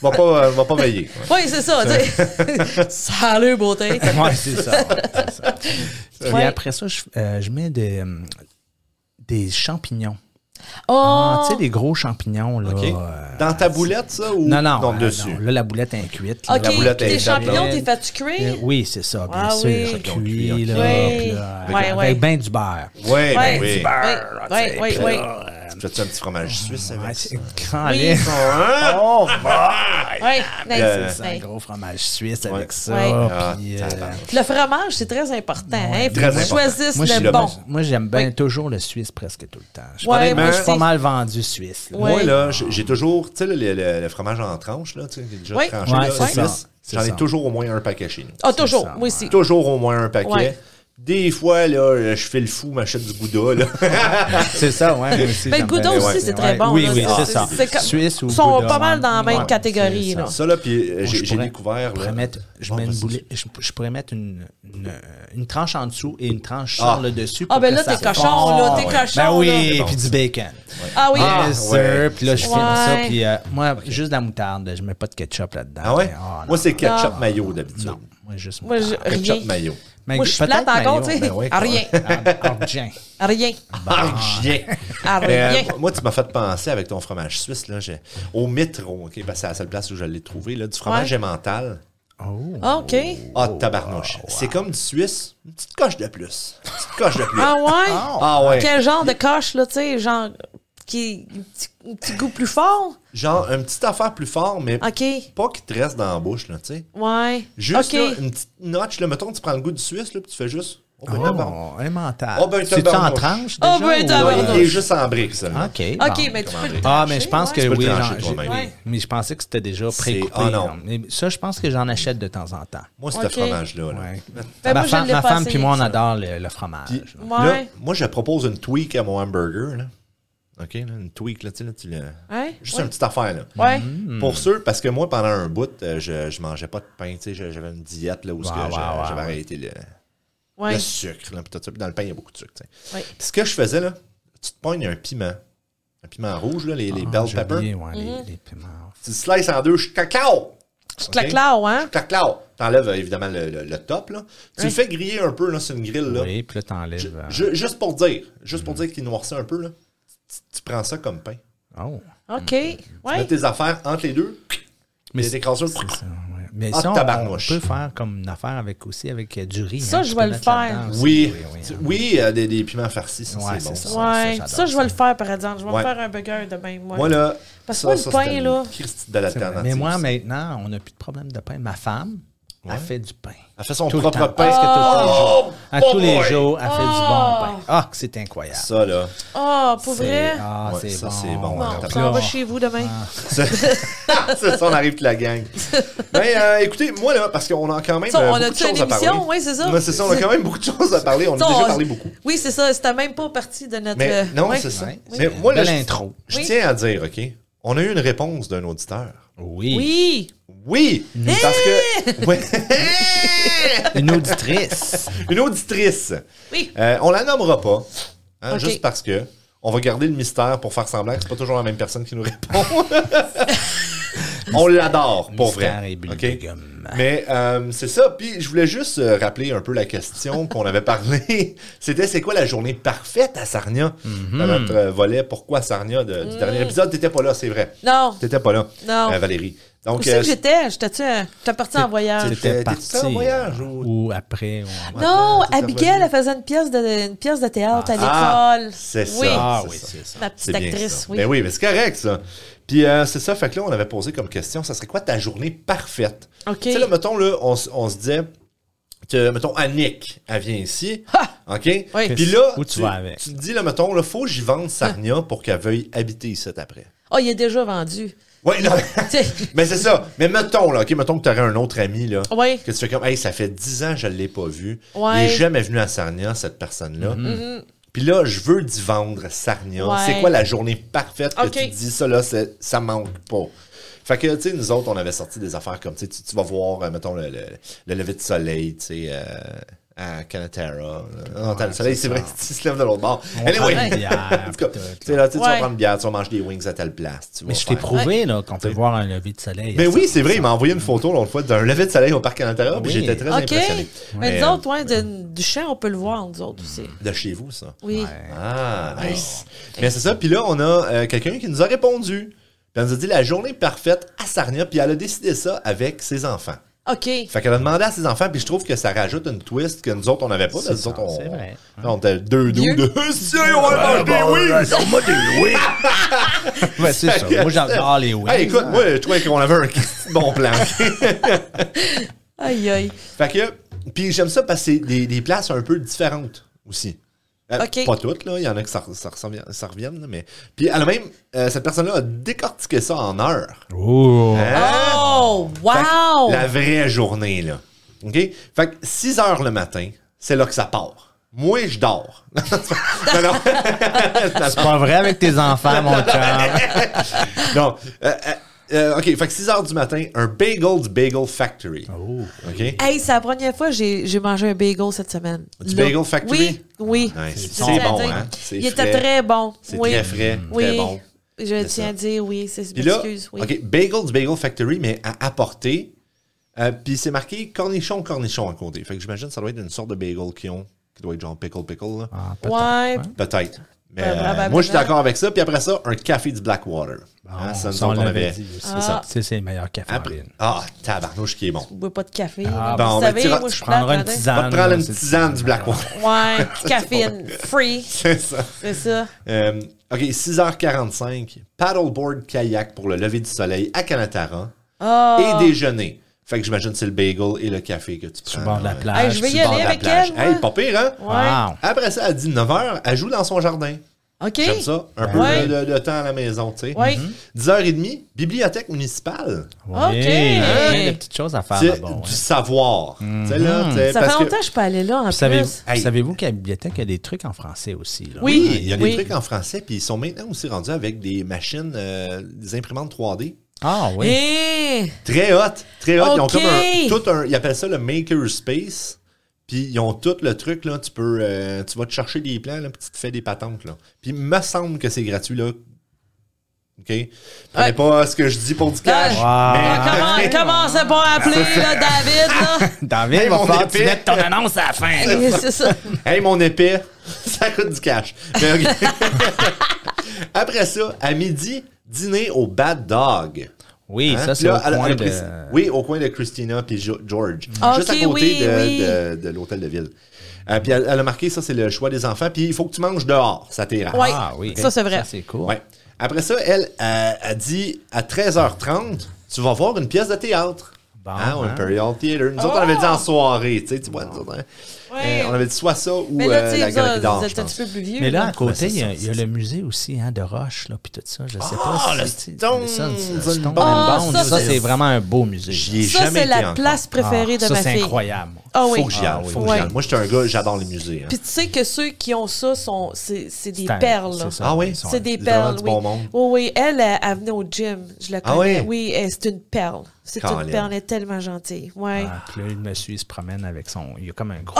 S3: Va pas, euh, va pas veiller. Ouais.
S2: oui, c'est ça. tu sais. Salut, beauté.
S1: Ouais, c'est ça. ouais, c'est ça. Puis
S2: Ouais.
S1: après ça, je, euh, je mets des, hum, des champignons. Ah,
S2: Oh.
S1: tu sais, des gros champignons, là.
S3: OK.
S1: euh,
S3: Dans ta boulette, ça, ou
S1: non, non, euh,
S3: dessus?
S1: non, Là, la boulette est cuite. là.
S2: Ah, OK.
S3: la boulette
S2: Tes
S3: est
S2: champignons, t'es
S1: dedans.
S2: fait tu
S1: Euh,
S2: cuire?
S1: Oui, c'est ça, bien
S2: Ah
S1: sûr.
S2: oui.
S1: Cuit, là,
S2: Oui.
S1: puis là,
S2: Ouais,
S1: avec,
S2: ouais.
S1: avec ben du beurre.
S3: Ouais, ben
S2: Ouais.
S3: oui.
S1: beurre,
S2: Ouais,
S1: tu sais,
S2: ouais,
S1: ah, puis
S2: ouais.
S1: là, euh,
S3: Fais-tu un petit fromage suisse
S1: Ouais,
S3: avec ça?
S1: c'est grand
S2: Oui.
S1: lait.
S3: Ah,
S1: Oh,
S2: Oui.
S3: Euh,
S1: C'est un gros fromage suisse avec ça.
S2: Ouais.
S3: Ah,
S1: puis, euh,
S3: tabarnak.
S2: Le fromage, c'est très important. hein. Faut
S3: très
S2: que tu
S3: important.
S2: choisisses
S1: moi, j'aime-
S2: le bon.
S1: moi, j'aime bien
S2: Oui.
S1: toujours le suisse presque tout le temps. Je
S2: Ouais,
S1: suis pas-
S3: moi
S1: je suis pas
S2: aussi.
S1: mal vendu suisse. là.
S2: Ouais.
S3: Moi, là, j'ai j'ai toujours, tu sais, le, le- le fromage en tranche, là, tu sais, qui est déjà
S2: Oui.
S3: tranché,
S1: Ouais,
S3: là,
S1: c'est
S3: suisse,
S1: ça. C'est
S3: J'en ai
S1: ça.
S3: toujours au moins un paquet chez nous.
S2: Ah, toujours.
S1: ça,
S2: Moi aussi.
S3: Toujours au moins un paquet.
S2: Ouais.
S3: Des fois, là, euh, je fais le fou, m'achète du gouda, là.
S1: C'est ça, ouais. moi aussi,
S2: Ben,
S1: j'aime
S2: Gouda
S1: bien.
S2: aussi,
S1: Ouais.
S2: c'est très bon,
S1: Oui,
S2: là.
S1: oui,
S2: C'est-
S1: c'est ça.
S2: c'est comme-
S1: Suisse ou
S2: Ils sont
S1: Gouda,
S2: pas mal dans la
S1: ouais.
S2: même
S1: Ouais,
S2: catégorie,
S1: c'est
S2: là.
S1: ça.
S3: ça, là, puis euh,
S1: Moi, je
S3: j'ai j'ai
S1: pourrais-
S3: découvert,
S1: Je
S3: là.
S1: pourrais mettre, je
S3: Bon, ben,
S1: mets une
S3: vas-y.
S1: boulette- je, je pourrais mettre une, une, une tranche en dessous et une tranche
S3: Ah.
S1: sur le dessus.
S2: Ah,
S1: pour
S2: ben
S1: que
S2: là,
S1: ça
S2: t'es cochon,
S1: fonde.
S2: là, t'es cochon,
S1: Ben
S2: là.
S1: oui,
S3: C'est
S1: puis
S3: bon.
S1: du bacon.
S2: Ah oui.
S3: Ah,
S1: yes,
S3: ouais.
S1: sir. Puis là, je filme ça.
S2: Ouais.
S1: Puis euh, moi, juste de la moutarde, je mets pas de ketchup là-dedans.
S3: Ah ouais?
S1: Ah,
S3: Moi, c'est ketchup
S2: Non.
S3: mayo, d'habitude.
S1: non. Moi, juste
S2: Moi, je-
S1: moutarde.
S2: rien.
S3: Ketchup mayo.
S1: Mais
S2: Moi, je suis
S1: peut-être
S2: plate encore,
S1: mayo,
S2: tu sais.
S1: ben,
S3: ouais,
S2: à rien.
S1: en- en gin.
S2: À rien.
S1: bah,
S3: Ah, j'ai-
S2: À rien.
S3: Mais, euh, moi, tu m'as fait penser avec ton fromage suisse, là, j'ai- au mitron, OK, parce que c'est la seule place où je l'ai trouvé, là, du fromage
S2: Ouais.
S3: emmental.
S1: Oh.
S2: OK.
S3: Ah, tabarnouche. C'est comme du suisse, une petite coche de plus. Une petite coche de plus.
S2: Ah ouais?
S1: Oh.
S3: Ah ouais.
S2: Quel genre de coche, là, tu sais, genre, qui un petit, un petit goût plus fort?
S3: Genre, une petite affaire plus fort, mais
S2: OK.
S3: pas qui te reste dans la bouche, là, tu sais.
S2: Ouais.
S3: Juste,
S2: OK.
S3: là, une petite notch, là, mettons, tu prends le goût du suisse, là, puis tu fais juste... Oh, ben, tabarnouche.
S1: Oh, un mental.
S3: Oh, ben,
S1: C'est-tu en tranche
S3: tabarnouche.
S2: Oh,
S1: déjà?
S2: ben,
S1: ou-
S3: Non,
S2: tabarnouche.
S3: il est juste en briques, ça. là.
S1: OK.
S2: OK,
S1: bon.
S2: mais tu peux le
S1: Ah,
S2: trancher,
S1: mais je pense
S2: ouais.
S1: que
S3: peux le
S1: oui.
S3: trancher
S1: j'en-
S3: toi-même.
S1: j'ai-
S2: Ouais.
S1: Mais je pensais que c'était déjà précoupé.
S2: oh
S3: ah non.
S1: là. Mais ça, je pense que j'en achète de temps en temps.
S3: Moi, c'est
S2: Ok.
S3: ce fromage-là. là.
S1: Ouais.
S2: Ben,
S1: ma
S2: moi, je
S1: femme,
S2: l'ai
S1: ma
S2: pas
S1: femme
S2: essayé,
S1: puis moi, on
S2: ça.
S1: adore le, le fromage. là.
S3: Là,
S2: Ouais.
S3: moi, je propose une tweak à mon hamburger. Là. OK, là, une tweak, là, tu sais, là, tu le-
S2: Ouais.
S3: Juste
S2: Ouais.
S3: une petite affaire, là.
S2: Ouais.
S1: Hmm.
S3: Pour ceux, parce que moi, pendant un bout, euh, je, je mangeais pas de pain, tu sais, je- j'avais une diète, là, où ce que
S1: Ouais, ouais,
S3: je-
S1: ouais,
S3: j'avais
S1: ouais.
S3: arrêté le,
S2: Ouais.
S3: le sucre, là, puis tout ça. Puis dans le pain, il y a beaucoup de sucre, tu sais.
S2: Ouais.
S3: Puis ce que je faisais, là, tu te pognes un piment. Un piment rouge, là, les, les
S1: Ah,
S3: bell
S1: j'ai oublié,
S3: peppers.
S1: ouais,
S2: Mm-hmm.
S1: les, les piments.
S3: Tu le slices en deux, je cacao!
S2: Je claque là, hein?
S3: Cacao! T'enlèves, euh, évidemment, le, le- le top, là. Tu le fais griller un peu, là, sur une grille, là.
S1: Oui, puis là,
S3: Ju-
S1: t'enlèves. euh,
S3: ju- juste pour dire, juste pour dire qu'il noircit un peu, là, tu, tu prends ça comme pain.
S1: Oh.
S2: OK.
S3: Tu mets
S2: Ouais.
S3: tes affaires entre les deux, mais
S1: Mais
S3: les
S1: c'est-
S3: écrasures.
S1: ça, ouais. Mais
S3: Ah,
S1: ça, on- on,
S3: tabarnouche.
S1: peut faire comme une affaire avec aussi avec euh, du riz.
S2: Ça,
S1: hein,
S2: je
S1: tu
S2: vais
S1: peux
S2: le
S1: mettre
S2: faire.
S1: là-dedans aussi.
S3: Oui,
S1: oui, hein.
S3: tu- oui, euh, des, des piments farcis, ça,
S1: Ouais,
S3: c'est bon.
S1: c'est
S3: ça.
S1: ça.
S2: Ouais.
S1: j'adore
S2: Ça, je vais
S1: ça.
S2: le faire, par exemple. Je vais
S3: Ouais.
S2: me faire un burger demain, moi.
S3: Moi, là,
S2: Parce que
S3: ça,
S2: moi, le
S3: ça,
S2: pain,
S3: c'était une
S2: là-
S3: Christie de l'alternative.
S1: Mais moi,
S3: ça.
S1: maintenant, on n'a plus de problème de pain. Ma femme, elle fait du pain.
S3: Elle fait son
S1: Tout le
S3: propre
S1: temps.
S3: pain.
S1: Presque tout le temps.
S3: Oh!
S1: À
S3: Oh
S1: tous les
S3: boy!
S1: jours, elle fait du bon
S2: Ah!
S1: pain. Ah, que c'est incroyable.
S3: Ça, là.
S2: Ah, pour vrai?
S1: C'est- Ah,
S3: Ouais,
S1: c'est
S3: ça,
S1: bon.
S3: c'est bon.
S2: Bon,
S3: Ah,
S2: on
S3: t'as
S2: s'en
S1: pas-
S2: va chez vous demain.
S3: Ça, ça, on arrive que la gang. Mais euh, écoutez, moi, là, parce qu'on a quand même.
S2: Ça,
S3: euh,
S2: on
S3: beaucoup
S2: a-tu
S3: de choses
S2: une
S3: à parler.
S2: émission? Oui, c'est ça.
S3: Ouais, c'est ça, on a quand même beaucoup de choses à parler. On a
S2: Ça,
S3: déjà
S2: on-
S3: parlé beaucoup.
S2: Oui, c'est ça. C'était même pas partie de notre.
S3: Mais non,
S2: Ouais.
S3: c'est ça.
S1: Ouais.
S3: Mais
S1: Oui.
S3: moi, là,
S1: Belle
S3: je-
S1: intro.
S3: Je
S2: Euh, Oui.
S3: tiens à dire, OK, on a eu une réponse d'un auditeur.
S1: Oui.
S2: Oui.
S3: Oui,
S2: Hein?
S3: parce que... Ouais.
S1: Une auditrice.
S3: une auditrice.
S2: Oui.
S3: Euh, on la nommera pas, hein,
S2: OK.
S3: juste parce que on va garder le mystère pour faire semblant que c'est pas toujours la même personne qui nous répond. on l'adore, pour
S1: Mystère
S3: vrai.
S1: et bulle
S3: OK?
S1: de gomme.
S3: Mais euh, c'est ça. Puis je voulais juste euh, rappeler un peu la question qu'on avait parlé. C'était c'est quoi la journée parfaite à Sarnia?
S2: Mhm.
S3: Dans notre euh, volet Pourquoi Sarnia de- du dernier épisode, t'étais pas là, c'est vrai.
S2: Mm. Non.
S3: T'étais pas là,
S2: Non.
S3: euh, Valérie.
S2: Où
S3: Donc,
S2: c'est
S3: euh,
S2: que j'étais? J'étais-tu. à- J'étais partie en voyage.
S3: T'étais-
S1: C'était
S3: t'étais
S1: parti. euh,
S3: en voyage ou-
S1: ou... après. on-
S2: Non,
S3: t'étais
S2: Abigail,
S3: revenu.
S2: elle faisait une pièce de, une pièce de théâtre
S3: Ah,
S2: à l'école.
S3: c'est ça.
S2: Oui.
S1: Ah
S3: c'est
S1: oui,
S3: ça.
S1: c'est ça.
S2: Ma petite
S3: bien
S2: actrice,
S3: ça.
S2: oui.
S3: Ben oui, mais c'est correct, ça. Puis euh, c'est ça, fait que là, on avait posé comme question, ça serait quoi ta journée parfaite?
S2: OK.
S3: Tu sais, là, mettons, là, on, s- on se disait que, mettons, Annick, elle vient ici, OK?
S2: Oui.
S3: Puis là,
S1: Où tu vas avec?
S3: tu te dis, là, mettons, là, faut que j'y vende Sarnia pour qu'elle veuille habiter ici après.
S2: Oh, il est déjà vendu.
S3: Oui, non,
S2: T'sais,
S3: mais c'est ça. Mais mettons, là, OK, mettons que tu aurais un autre ami, là,
S2: Oui.
S3: que tu fais comme, hey, ça fait 10 ans que je ne l'ai pas vu.
S2: Ouais.
S3: Il n'est jamais venu à Sarnia, cette personne-là.
S1: Mm-hmm.
S3: Mm-hmm. Puis là, je veux d'y vendre Sarnia.
S2: Ouais.
S3: C'est quoi la journée parfaite que
S2: OK.
S3: tu dis ça, là, c'est- ça manque pas. Fait que, tu sais, nous autres, on avait sorti des affaires comme, tu sais, tu tu vas voir, euh, mettons, le, le- le lever de soleil, tu sais, euh, à euh, Canatara. Non, t'as le soleil, c'est vrai, tu se lèves de l'autre bord.
S1: On
S3: Anyway,
S1: prend une bière,
S3: en tout cas,
S1: puis
S3: tu
S1: tout,
S3: sais, là, tu sais, tu vas
S2: Ouais.
S3: prendre une bière, tu vas manger des wings à telle place. tu
S1: Mais
S3: vas
S1: je t'ai
S3: faire-
S1: prouvé là, qu'on peut voir un lever de soleil.
S3: mais Ben oui, c'est vrai, il m'a envoyé une photo l'autre fois d'un lever de soleil au parc Canatara, puis
S1: Oui.
S3: j'étais très
S2: OK.
S3: impressionné.
S2: Mais
S3: euh,
S2: nous autres, ouais, de- du champ, on peut le voir, nous autres aussi.
S3: de chez vous, ça.
S2: Oui.
S3: Ah, nice. Mais c'est ça, puis là, on a euh, quelqu'un qui nous a répondu. Puis elle nous a dit la journée parfaite à Sarnia, puis elle a décidé ça avec ses enfants.
S2: OK.
S3: Fait qu'elle a demandé à ses enfants, puis je trouve que ça rajoute une twist que nous autres, on n'avait pas.
S1: C'est
S3: Nous autres,
S1: ça,
S3: on,
S1: c'est vrai.
S3: on était deux doux
S2: Vieux.
S3: de. Si, on
S1: Ah,
S3: va manger des wings!
S1: Ouais, c'est ça. Moi, j'adore les wings.
S3: Hey, écoute, moi, je trouvais qu'on avait un bon plan.
S2: Aïe, aïe.
S3: Fait que, puis j'aime ça parce que c'est des, des places un peu différentes aussi. Euh,
S2: Ok.
S3: Pas toutes, là. Il y en a qui ça, ça, ressemble- ça reviennent, là, mais. Puis elle même, euh, cette personne-là a décortiqué ça en heures.
S1: Oh.
S3: Hein?
S2: Oh,
S3: Fait que
S2: wow!
S3: La vraie journée, là. OK? Fait que 6 heures le matin, c'est là que ça part. Moi, je dors. non, non.
S1: C'est pas vrai avec tes enfants, mon chum. Ah,
S3: non. Euh, euh, euh, OK, fait que 6 heures du matin, un bagel du Bagel Factory.
S1: Oh.
S3: OK?
S2: Hey, c'est la première fois que j'ai j'ai mangé un bagel cette semaine.
S3: Du
S2: Là.
S3: Bagel Factory?
S2: Oui, oui.
S3: Ah, nice.
S2: Je
S3: C'est
S2: tiens à
S3: bon,
S2: dire.
S3: hein? C'est
S2: Il
S3: frais.
S2: était très bon.
S3: C'est
S2: oui.
S3: très frais,
S2: Oui.
S3: très bon.
S2: Je
S3: ça.
S2: tiens à dire oui, c'est
S3: Puis là,
S2: excuse, oui.
S3: OK, bagel du Bagel Factory, mais à apporter. Euh, puis c'est marqué cornichon, cornichon à côté. Fait que j'imagine que ça doit être une sorte de bagel qui ont, qui doit être genre pickle, pickle, là.
S1: Ah, peut-être.
S2: Ouais.
S3: Peut-être. Mais
S2: Ben,
S3: euh,
S2: probablement.
S3: moi, je suis d'accord avec ça. Puis après ça, un café du Blackwater. Hein, ça, nous
S1: Ah, on
S3: autres, on
S1: l'avait
S3: avait-
S1: dit aussi.
S3: C'est ça.
S1: Ah. Tu sais, c'est le meilleur café en
S3: Après-
S1: ligne.
S3: Ah, tabarnouche qui est bon.
S2: Je bois pas de café.
S1: Ah,
S3: bon,
S2: vous
S3: ben,
S2: savez,
S3: tu-
S2: moi, je
S3: tu
S2: suis
S1: Prendra une
S2: plate,
S1: tisane.
S3: Va te prendre
S1: là,
S3: une
S1: Ah, c'est-
S3: tisane du Blackwater.
S2: Ouais, caféine free,
S3: C'est ça.
S2: c'est ça.
S3: Euh, OK, 6h45, paddleboard kayak pour le lever du soleil à Canatara
S2: Ah.
S3: et déjeuner. Fait que j'imagine que c'est le bagel et le café que tu prends. euh,
S1: Sur le bord de la
S3: Ah, Ouais.
S1: plage.
S2: Hey, je vais
S1: sur
S2: y
S1: le bord
S2: aller
S1: de la
S2: avec
S1: plage.
S2: elle.
S3: Hey, pas pire, hein?
S2: Ouais.
S1: Wow.
S3: Après ça, à 19h, elle joue dans son jardin.
S2: OK.
S3: J'aime ça. Un peu
S2: Ouais.
S3: de, de temps à la maison, tu sais. Mm-hmm.
S2: Oui.
S3: 10h30, bibliothèque municipale.
S1: Oui,
S2: Ok.
S1: il y a plein de petites choses à faire
S3: Tu sais,
S1: là-bas. Ah, bah ouais. Mm-hmm.
S3: du savoir. Tu sais, là, tu sais,
S2: Ça
S3: parce
S2: fait
S3: que-
S2: longtemps que je suis pas allée là, en
S1: Puis savez-
S2: plus.
S1: Savez-vous
S3: Hey.
S1: qu'à la bibliothèque, il y a des trucs en français aussi? là?
S2: Oui.
S3: Oui, il y a des
S2: Oui.
S3: trucs en français, puis ils sont maintenant aussi rendus avec des machines, euh, des imprimantes 3D.
S1: Ah oui.
S2: Eh!
S3: Très hot, très hot. Ils ont
S2: Ok.
S3: comme un, tout un, ils appellent ça le maker space. Puis ils ont tout le truc là, tu peux, euh, tu vas te chercher des plans là, puis tu te fais des patentes là. Puis il me semble que c'est gratuit là. Ok, prenez
S2: Ouais.
S3: pas ce que je dis pour du cash.
S1: Wow.
S3: mais-
S1: Ah,
S2: Comment, commencez pas à appeler, là, David, là.
S1: David,
S3: Hey,
S1: va
S3: mon
S1: falloir que tu
S3: épée.
S1: mettes ton annonce à la fin. là.
S2: Oui, c'est ça.
S3: Hey, mon épée, ça coûte du cash. Mais ok. Après ça, à midi, dîner au Bad Dog.
S1: Oui,
S3: Hein?
S1: ça,
S3: Puis
S1: c'est
S3: là,
S1: au
S3: à la- à
S1: coin
S3: la
S1: de...
S3: précis- Oui, au coin de Christina puis Jo- George.
S2: Ah,
S3: juste
S2: ok,
S3: à côté
S2: oui,
S3: de,
S2: oui.
S3: de- de l'hôtel de ville. Euh, puis elle, elle a marqué, ça, c'est le choix des enfants. Puis il faut que tu manges dehors, ça t'ira.
S2: Ouais.
S1: Ah oui.
S2: Ça, c'est vrai.
S1: Ça, c'est cool.
S3: Ouais. Après ça, elle a, a dit à 13h30, tu vas voir une pièce de théâtre.
S1: Bon,
S3: Hein, au
S1: hein.
S3: Imperial Theatre. Nous autres, on avait dit en soirée, tu sais, tu vois, nous autres, hein.
S2: Oh! Ouais.
S3: Euh, on avait dit soit ça ou
S2: Mais là,
S3: euh,
S2: tu sais,
S3: la
S2: vous autres,
S3: galerie d'art.
S2: vous
S3: je
S2: êtes un
S3: pense.
S2: petit peu plus vieux.
S1: Mais là,
S2: là.
S1: à côté,
S3: Ouais,
S1: il y,
S3: c'est
S1: a-
S3: ça,
S1: il y a
S3: c'est
S1: le musée aussi, hein, de Roche, là, puis tout ça. Je sais
S3: Ah,
S1: pas.
S3: le
S1: si-
S3: Stones
S1: le
S3: and
S1: Stones and
S2: Bones.
S1: Bones. Ça,
S2: Ah, Ça,
S1: c'est vraiment un beau musée. Ah.
S3: J'y ai
S2: Ça,
S3: jamais Ah,
S2: c'est
S3: été
S2: la
S3: encore.
S2: place préférée de
S1: ça,
S2: ma
S1: c'est
S2: fille.
S1: incroyable. moi.
S2: Ah oui.
S3: Faut que j'y aille, faut que
S2: Ouais.
S3: j'y aille. Moi, j'étais un gars, j'adore les musées. hein.
S2: Puis tu sais que ceux qui ont ça, sont, c'est, c'est des
S1: C'est un-
S2: perles.
S1: c'est
S2: là.
S1: ça.
S3: Ah oui?
S1: Ils sont
S2: C'est des
S3: littéralement
S2: perles,
S3: du
S2: oui.
S3: bon monde.
S2: Oui, oui. Elle, elle, elle venait au gym. Je la
S3: Ah
S2: connais.
S3: oui?
S2: oui, elle, c'est une perle. C'est
S3: Colin.
S2: une perle. Elle est tellement gentille. Ouais.
S1: Ah, puis là, le monsieur, il se promène avec son. Il y a comme un gros,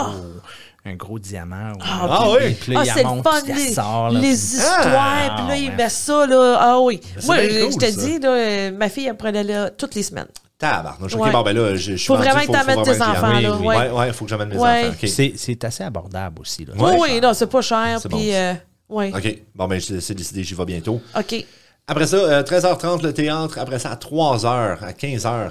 S1: un gros diamant.
S2: Ah,
S3: Ah
S1: puis-
S3: oui?
S1: Puis
S2: Ah,
S1: là, il
S2: c'est le
S1: monte,
S2: fun,
S1: puis il
S2: les,
S1: sort.
S2: les
S1: là, puis- Ah,
S2: histoires. Puis là, il
S1: ouais.
S2: met ça, là. Ah oui.
S3: Ah, c'est
S2: Moi,
S3: bien
S2: je,
S3: cool,
S2: je te
S3: ça.
S2: dis, là, euh, ma fille, elle prenait là toutes les semaines.
S3: Tabarnouche.
S2: Ouais.
S3: OK, bon, ben là, je je suis
S2: Faut
S3: rendu,
S2: vraiment que t'amènes
S3: vraiment
S2: tes
S3: que j'y aille.
S2: enfants,
S1: Oui,
S2: là.
S1: oui.
S2: Ouais.
S3: Ouais, ouais, faut que j'amène mes
S2: Ouais.
S3: enfants. OK.
S1: C'est c'est assez abordable aussi. Là.
S2: Oui,
S3: Ouais.
S2: oui, non, c'est pas cher.
S3: C'est
S2: Puis,
S3: bon,
S2: euh, ouais.
S3: OK. Bon, ben, c'est c'est décidé, j'y vais bientôt.
S2: OK.
S3: Après ça, euh, 13h30, le théâtre. Après ça, à 3h, à 15h,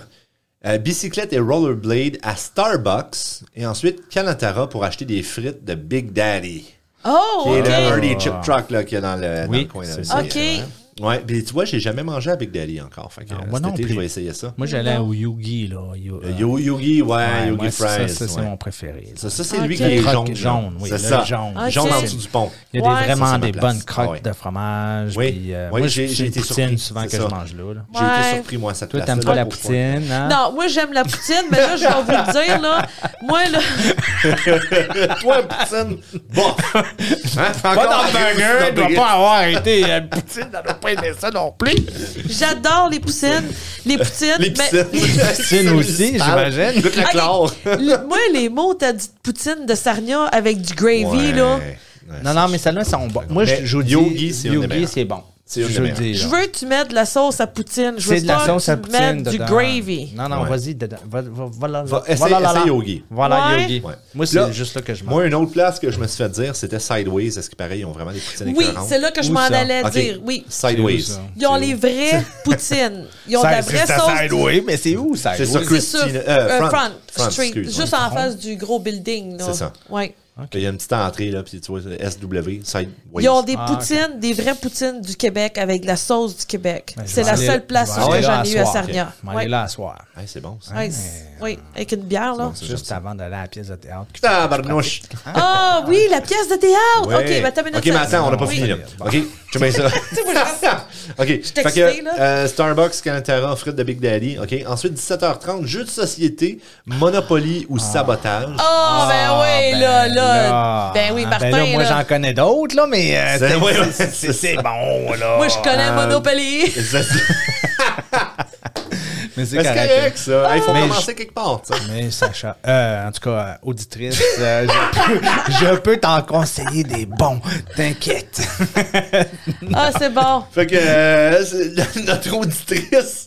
S3: euh, bicyclette et rollerblade à Starbucks. Et ensuite, Canatara pour acheter des frites de Big Daddy.
S2: Oh,
S3: Qui est
S2: OK.
S3: le- un des chip trucks là, qu'il y a dans le, dans
S1: Oui,
S3: le coin. là.
S1: c'est
S3: C'est-
S1: ça.
S2: OK.
S3: Ouais, puis tu vois, j'ai jamais mangé à Big Daddy encore. Fait que,
S1: Non,
S3: euh,
S1: Ah, moi
S3: cet
S1: non
S3: été,
S1: plus.
S3: je vais essayer ça.
S1: Moi, j'allais au Yugi. Là, Yo- euh,
S3: Yo Yogi, ouais,
S1: ouais,
S3: Yogi
S1: moi,
S3: Fries.
S1: c'est ça, ça, c'est
S3: ouais.
S1: mon préféré. là.
S3: Ça, ça, c'est
S2: Ah, Ok.
S3: lui qui est
S1: Croque
S3: jaune. là.
S1: jaune, oui, le
S3: C'est ça.
S1: jaune.
S2: Ok.
S3: Jaune en dessous du pont.
S1: Il y a des-
S2: Ouais, ça,
S1: vraiment
S3: c'est ma
S1: des
S3: place.
S1: bonnes croques
S3: Ah ouais.
S1: de fromage.
S3: Oui.
S1: Puis, euh,
S3: Oui,
S1: moi,
S3: j'ai-
S1: j'ai,
S3: j'ai été
S1: une
S3: surpris,
S1: poutine souvent que
S3: c'est
S1: je
S3: ça.
S1: mange là. là.
S3: J'ai été
S2: Ouais.
S3: surpris, moi, à cette
S1: Toi,
S3: place-là.
S1: t'aimes pas la
S3: pour-
S1: poutine, hein?
S2: Non, moi, j'aime la poutine, mais là, je vais vous le dire, là. Moi, là.
S3: Toi, poutine, bon. Hein? Encore
S1: Pas
S3: un
S1: d'hamburger, il doit pas avoir été euh, poutine, elle doit pas aimer ça non plus.
S2: J'adore les poussines. Les poutines.
S3: Les
S2: mais-
S3: piscines.
S1: aussi, j'imagine.
S3: Goûte la
S2: Ok.
S3: chlore.
S2: Le- moi, les mots, t'as dit poutine de Sarnia avec du gravy, là.
S1: Non, non, mais celles-là sont bonnes. Moi, je,
S3: Mais
S1: je vous dis,
S3: Yogi, c'est une des
S1: Yogi,
S3: meilleures.
S1: c'est bon.
S3: C'est une des
S1: je vous le
S3: meilleures.
S1: dis.
S2: Je
S1: là.
S2: veux que tu mettes de la sauce à poutine. Je veux
S1: C'est de la
S2: pas
S1: sauce
S2: que
S1: à
S2: tu
S1: poutine.
S2: mettes du
S1: dedans.
S2: gravy.
S1: Non, non,
S3: Ouais.
S1: vas-y. dedans. Va- va- Voilà,
S3: Va-
S1: voilà,
S3: essaye-
S1: là.
S3: essaye Yogi.
S1: Voilà,
S2: Ouais.
S1: Yogi.
S3: Ouais.
S1: Moi,
S3: Là-
S1: c'est juste là que je mange.
S3: Moi, une autre place que je me suis fait dire, c'était Sideways. Est-ce que pareil, ils ont vraiment des poutines
S2: Oui,
S3: écœurantes?
S2: c'est là que je
S1: Où
S2: m'en
S1: ça?
S2: allais
S3: Ok.
S2: dire. Oui.
S3: Sideways.
S1: C'est où, ça?
S2: Ils ont les vraies poutines. Ils ont de la vraie sauce.
S1: Oui, mais c'est où, ça?
S3: C'est sur
S2: C'est sur
S3: Christina-
S2: euh,
S3: euh,
S2: front,
S3: Front- Front,
S2: Street,
S3: excuse,
S2: juste
S3: ouais.
S2: en face du gros building. là.
S3: C'est ça.
S2: Ouais.
S3: Il y a une petite entrée, là, puis tu vois, SW, Sideways.
S2: Ils ont des
S1: Ah,
S2: poutines, des vraies poutines du Québec avec de la sauce du Québec.
S1: Ben, je
S2: C'est
S1: vais
S2: la
S1: aller-
S2: seule place
S1: je vais
S2: où
S1: aller là
S2: j'en ai eu à
S1: soir.
S2: Sarnia.
S1: Je vais
S2: Ouais.
S1: aller là Ah, à soir.
S3: Hey, c'est bon, ça.
S2: Ouais, c'est- Oui, avec une bière, là.
S3: C'est
S1: Juste
S3: ça.
S1: avant d'aller à la pièce de théâtre.
S3: Tabarnouche.
S2: Ah oui, la pièce de théâtre!
S3: Ouais.
S2: OK, ben t'as une
S3: OK, mais attends, on n'a pas
S1: Oui.
S3: fini, là.
S1: Bon.
S3: OK, tu mets ça.
S2: moi, je
S3: OK. Fait
S2: excitée,
S3: que,
S2: là.
S3: euh, Starbucks, Canatara, frites de Big Daddy. OK. Ensuite, 17h30, jeux de société, Monopoly ou
S1: Ah.
S3: sabotage.
S2: Oh, ben oui, là, là,
S1: là.
S2: Ben oui,
S1: Ah,
S2: Martin.
S1: là, moi,
S2: là.
S1: j'en connais d'autres, là, mais euh,
S3: C'est-
S1: t'as-
S3: ouais, ouais,
S1: c'est-
S3: c'est
S1: c'est
S3: Ah,
S1: c'est bon, là.
S2: Moi, je connais
S1: Ah.
S2: Monopoly.
S3: Ça, C'est
S1: Mais c'est
S3: c'est correct, ça. Il faut
S1: Mais
S3: commencer quelque part, tu sais.
S1: Mais Sacha, euh, en tout cas, euh, auditrice, euh, je peux, je peux t'en conseiller des bons. T'inquiète.
S2: Ah, c'est bon.
S3: Fait que euh, c'est- notre auditrice,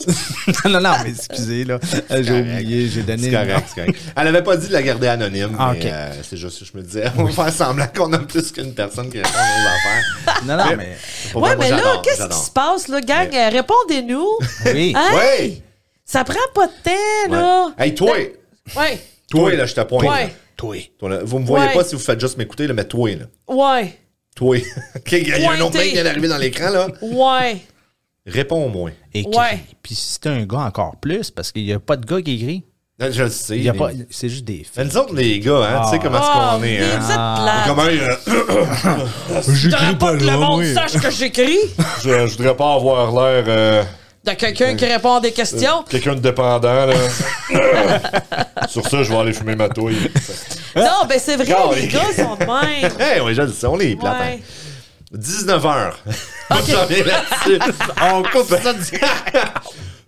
S1: non, non, non, mais excusez, là. Euh, J'ai
S3: correct.
S1: oublié, j'ai donné.
S3: c'est correct, c'est correct. Elle avait pas dit de la garder anonyme,
S1: Ah,
S3: mais
S1: ok.
S3: euh, c'est juste que je me disais, on va faire semblant qu'on a plus qu'une personne qui répond aux affaires.
S1: Non, non, mais.
S3: Pour
S2: ouais,
S3: vrai, moi,
S2: mais là,
S3: j'adore,
S2: qu'est-ce qui
S3: j'adore.
S2: se passe, là, gang? Euh, Répondez-nous.
S1: Oui.
S2: Hey,
S3: Ouais.
S2: Ça prend pas de temps, là. Ben,
S3: Ouais. Hey, toi,
S2: Ouais.
S3: toi, là, je te pointe.
S2: Ouais.
S3: là.
S1: Toi.
S3: Toi, là. Vous me voyez
S2: Ouais.
S3: pas si vous faites juste m'écouter, là, mais toi, là.
S2: Ouais.
S3: Toi. OK, il y a un autre
S2: Pointé.
S3: mec qui vient d'arriver dans l'écran, là.
S2: Ouais.
S3: Réponds au moins.
S1: Et qui-
S2: Ouais.
S1: Puis si t'es un gars encore plus, parce qu'il n'y a pas de gars qui est gris.
S3: Là, Je le sais.
S1: Il y a
S3: mais-
S1: pas. C'est juste des filles.
S3: Mais nous autres, les gars, hein, tu sais comment est-ce
S2: Ah,
S3: qu'on est, hein.
S2: Vous êtes plate.
S3: Comment, euh,
S2: J'aurais pas que le monde sache que j'écris
S3: je, je voudrais pas avoir l'air euh,
S2: de quelqu'un qui répond à des questions.
S3: quelqu'un de dépendant, là. Sur ça, je vais aller fumer ma touille.
S2: Non, ben c'est vrai,
S3: Gars,
S2: les
S3: les
S2: gars sont de même.
S3: Eh oui, je le sais, on est plates. hein.
S2: Ouais.
S3: 19h. On s'en vient là-dessus. On coupe ça direct.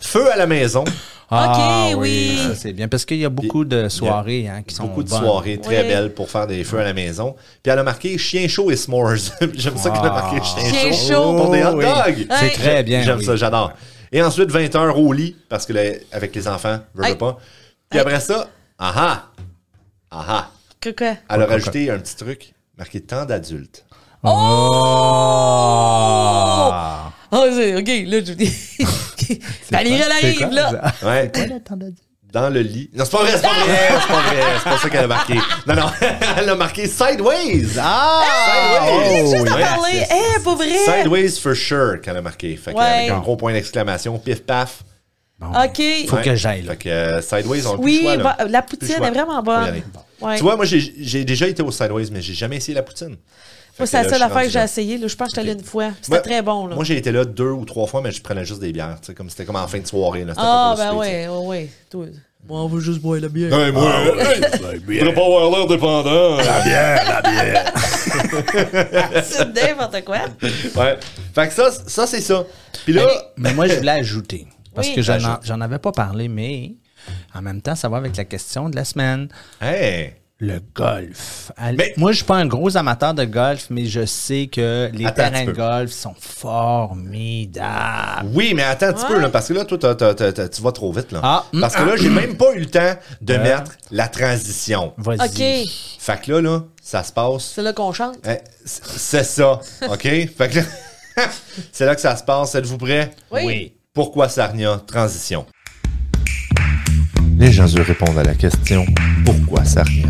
S3: Feu à la maison.
S1: Ah,
S2: Ok, oui.
S1: ça, c'est bien. Parce qu'il y a beaucoup de soirées hein, qui sont.
S3: Beaucoup de
S1: bonnes.
S3: soirées très
S2: Oui.
S3: belles pour faire des feux à la maison. Puis elle a marqué chien chaud et s'mores. J'aime ça qu'elle a marqué chien,
S2: Chien
S3: chaud,
S2: chaud.
S3: pour des hot
S1: Oh, oui.
S3: dogs.
S1: C'est
S2: Ouais.
S1: très bien.
S3: J'aime
S1: oui.
S3: ça, j'adore. Et ensuite, 20h au lit, parce que là, avec les enfants, je veux
S2: Hey.
S3: pas. Puis après ça, ah aha, aha.
S2: Que quoi?
S3: ah! Elle a
S1: Ouais,
S3: rajouté un petit truc marqué temps d'adultes.
S1: Oh!
S2: Ah, c'est OK, là, je vous dis. Valérie, elle
S1: C'est quoi,
S2: arrive, là.
S1: ça?
S3: Ouais. Dans le lit. Non, c'est pas vrai, c'est pas
S2: Ah!
S3: vrai, c'est pas vrai. C'est pas ça qu'elle a marqué. Non, non, elle a marqué sideways. Ah!
S1: Hey,
S3: Sideways!
S1: juste
S2: Juste à
S3: Ouais.
S2: parler. Eh, pas vrai.
S3: Sideways for sure qu'elle a marqué. Fait que,
S2: Ouais.
S3: avec un gros point d'exclamation, pif paf.
S1: Bon.
S2: OK.
S1: Faut que j'aille, là.
S3: Fait que euh, Sideways, on a plus
S2: Oui,
S3: le choix, là.
S2: bah, la
S3: Plus le
S2: poutine
S3: choix.
S2: est vraiment
S3: Faut y
S2: bonne.
S3: aller.
S2: Ouais.
S3: Tu vois, moi, j'ai- j'ai déjà été au Sideways, mais j'ai jamais essayé la poutine. Fait
S2: Moi,
S3: que
S2: c'est la
S3: là, je
S2: seule
S3: suis
S2: affaire que
S3: rendu
S2: j'ai
S3: là.
S2: essayée. là. Je pense que j'étais allée une fois. C'était
S3: Moi-
S2: très bon, là.
S3: Moi, j'ai été là deux ou trois fois, mais je prenais juste des bières. tu sais, comme C'était comme en fin de soirée. Là, c'était
S2: Ah,
S3: pas
S2: ben
S3: trop
S2: ouais, ouais, ouais. Toi, Moi, on veut juste boire la bière.
S3: souper, tu sais. Hey,
S1: Ah,
S3: moi, hey, faudrait pas avoir l'air dépendant.
S2: C'est n'importe quoi.
S3: ouais. Fait que ça, c- ça c'est ça. Puis là,
S1: Mais moi, je voulais ajouter. Parce
S2: Oui.
S1: que j'en
S3: Ajoute.
S1: j'en avais pas parlé, mais en même temps, ça va avec la question de la semaine.
S3: hey,
S1: Le golf. Allez-
S3: Mais-
S1: Moi, je suis pas un gros amateur de golf, mais je sais que les
S3: Attends un
S1: terrains
S3: petit
S1: de
S3: peu.
S1: golf sont formidables.
S3: oui, mais attends un petit
S2: Ouais.
S3: peu, là, parce que là, toi, t'as- t'as- t'as- t'as- tu vas trop vite. Là.
S1: Ah.
S3: parce que là, j'ai même pas eu le temps de mettre la transition.
S1: Vas-y.
S2: OK.
S3: Fait que là, là, ça se passe
S2: C'est là qu'on chante.
S3: Eh, c- C'est ça, OK? Fait que là- c'est là que ça se passe. Êtes-vous prêts?
S2: Oui. Oui.
S3: Pourquoi Sarnia? Transition. Les gens se répondent à la question « Pourquoi Sarnia? »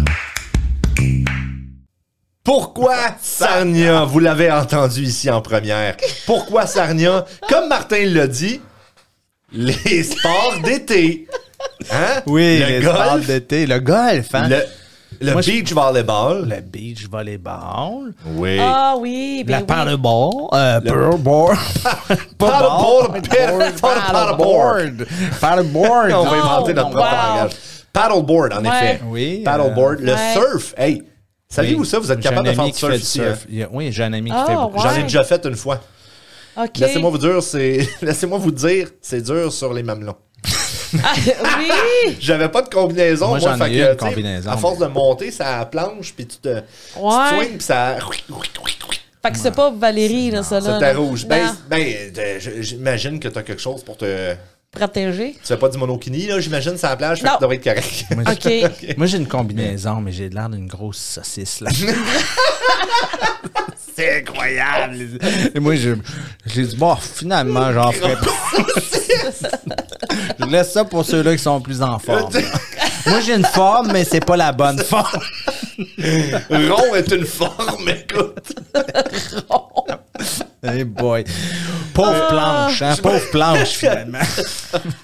S3: Pourquoi Sarnia? Vous l'avez entendu ici en première. Pourquoi Sarnia? Comme Martin l'a dit, les sports d'été. Hein?
S1: Oui,
S3: le
S1: les sports
S3: golf,
S1: d'été. Le golf, hein?
S3: le, le
S1: Moi, je-
S3: beach volleyball.
S1: Le beach volleyball.
S3: Oui.
S2: Ah oui, ben
S1: la
S2: oui.
S1: paddleboard. Euh, paddleboard.
S3: Paddleboard, paddleboard, Ah,
S1: Paddleboard. Paddleboard.
S3: on va
S2: Oh,
S3: inventer notre propre
S2: wow.
S3: langage. Paddleboard, en
S2: Ouais.
S3: effet.
S1: Oui, euh,
S3: Paddleboard. Le
S2: Ouais.
S3: surf. Hey, saviez-vous ça? Vous êtes
S1: J'ai un
S3: capable de faire
S1: ami
S3: du
S1: qui
S3: surf
S1: fait du
S3: ici? hein?
S1: surf. Il y a- Oui, j'ai un ami qui
S2: Ah,
S1: fait beaucoup.
S2: ouais.
S3: J'en ai déjà fait une fois.
S2: OK.
S3: Laissez-moi vous dire, c'est... Laissez-moi vous dire, c'est dur sur les mamelons.
S2: Ah, oui.
S3: J'avais pas de combinaison.
S1: Moi, j'en ai
S3: fait que,
S1: eu une
S3: tu sais,
S1: combinaison,
S3: À force de
S1: mais-
S3: monter, ça planche, puis tu te... tu te
S2: Ouais.
S3: swings, puis ça...
S2: Fait que c'est pas Valérie, là, ça, là.
S3: Ça
S2: non.
S3: t'arrouge. Ben,
S2: Non.
S3: ben, euh, je- j'imagine que t'as quelque chose pour te...
S2: Protégée.
S3: Tu fais pas du monokini, là, j'imagine, sur la plage, fait
S2: Non.
S3: que tu devrais être correct.
S1: Moi,
S2: OK.
S1: j'ai- Moi, j'ai une combinaison, mais j'ai l'air d'une grosse saucisse. Là. C'est incroyable. Et moi, je- j'ai dit, bon, finalement, j'en ferai pas. Je laisse ça pour ceux-là qui sont plus en forme. moi, j'ai une forme, mais c'est pas la bonne forme.
S3: Rond est une forme, écoute.
S1: Hey boy.
S2: Ah.
S1: Pauvre planche, hein? Pauvre planche, finalement.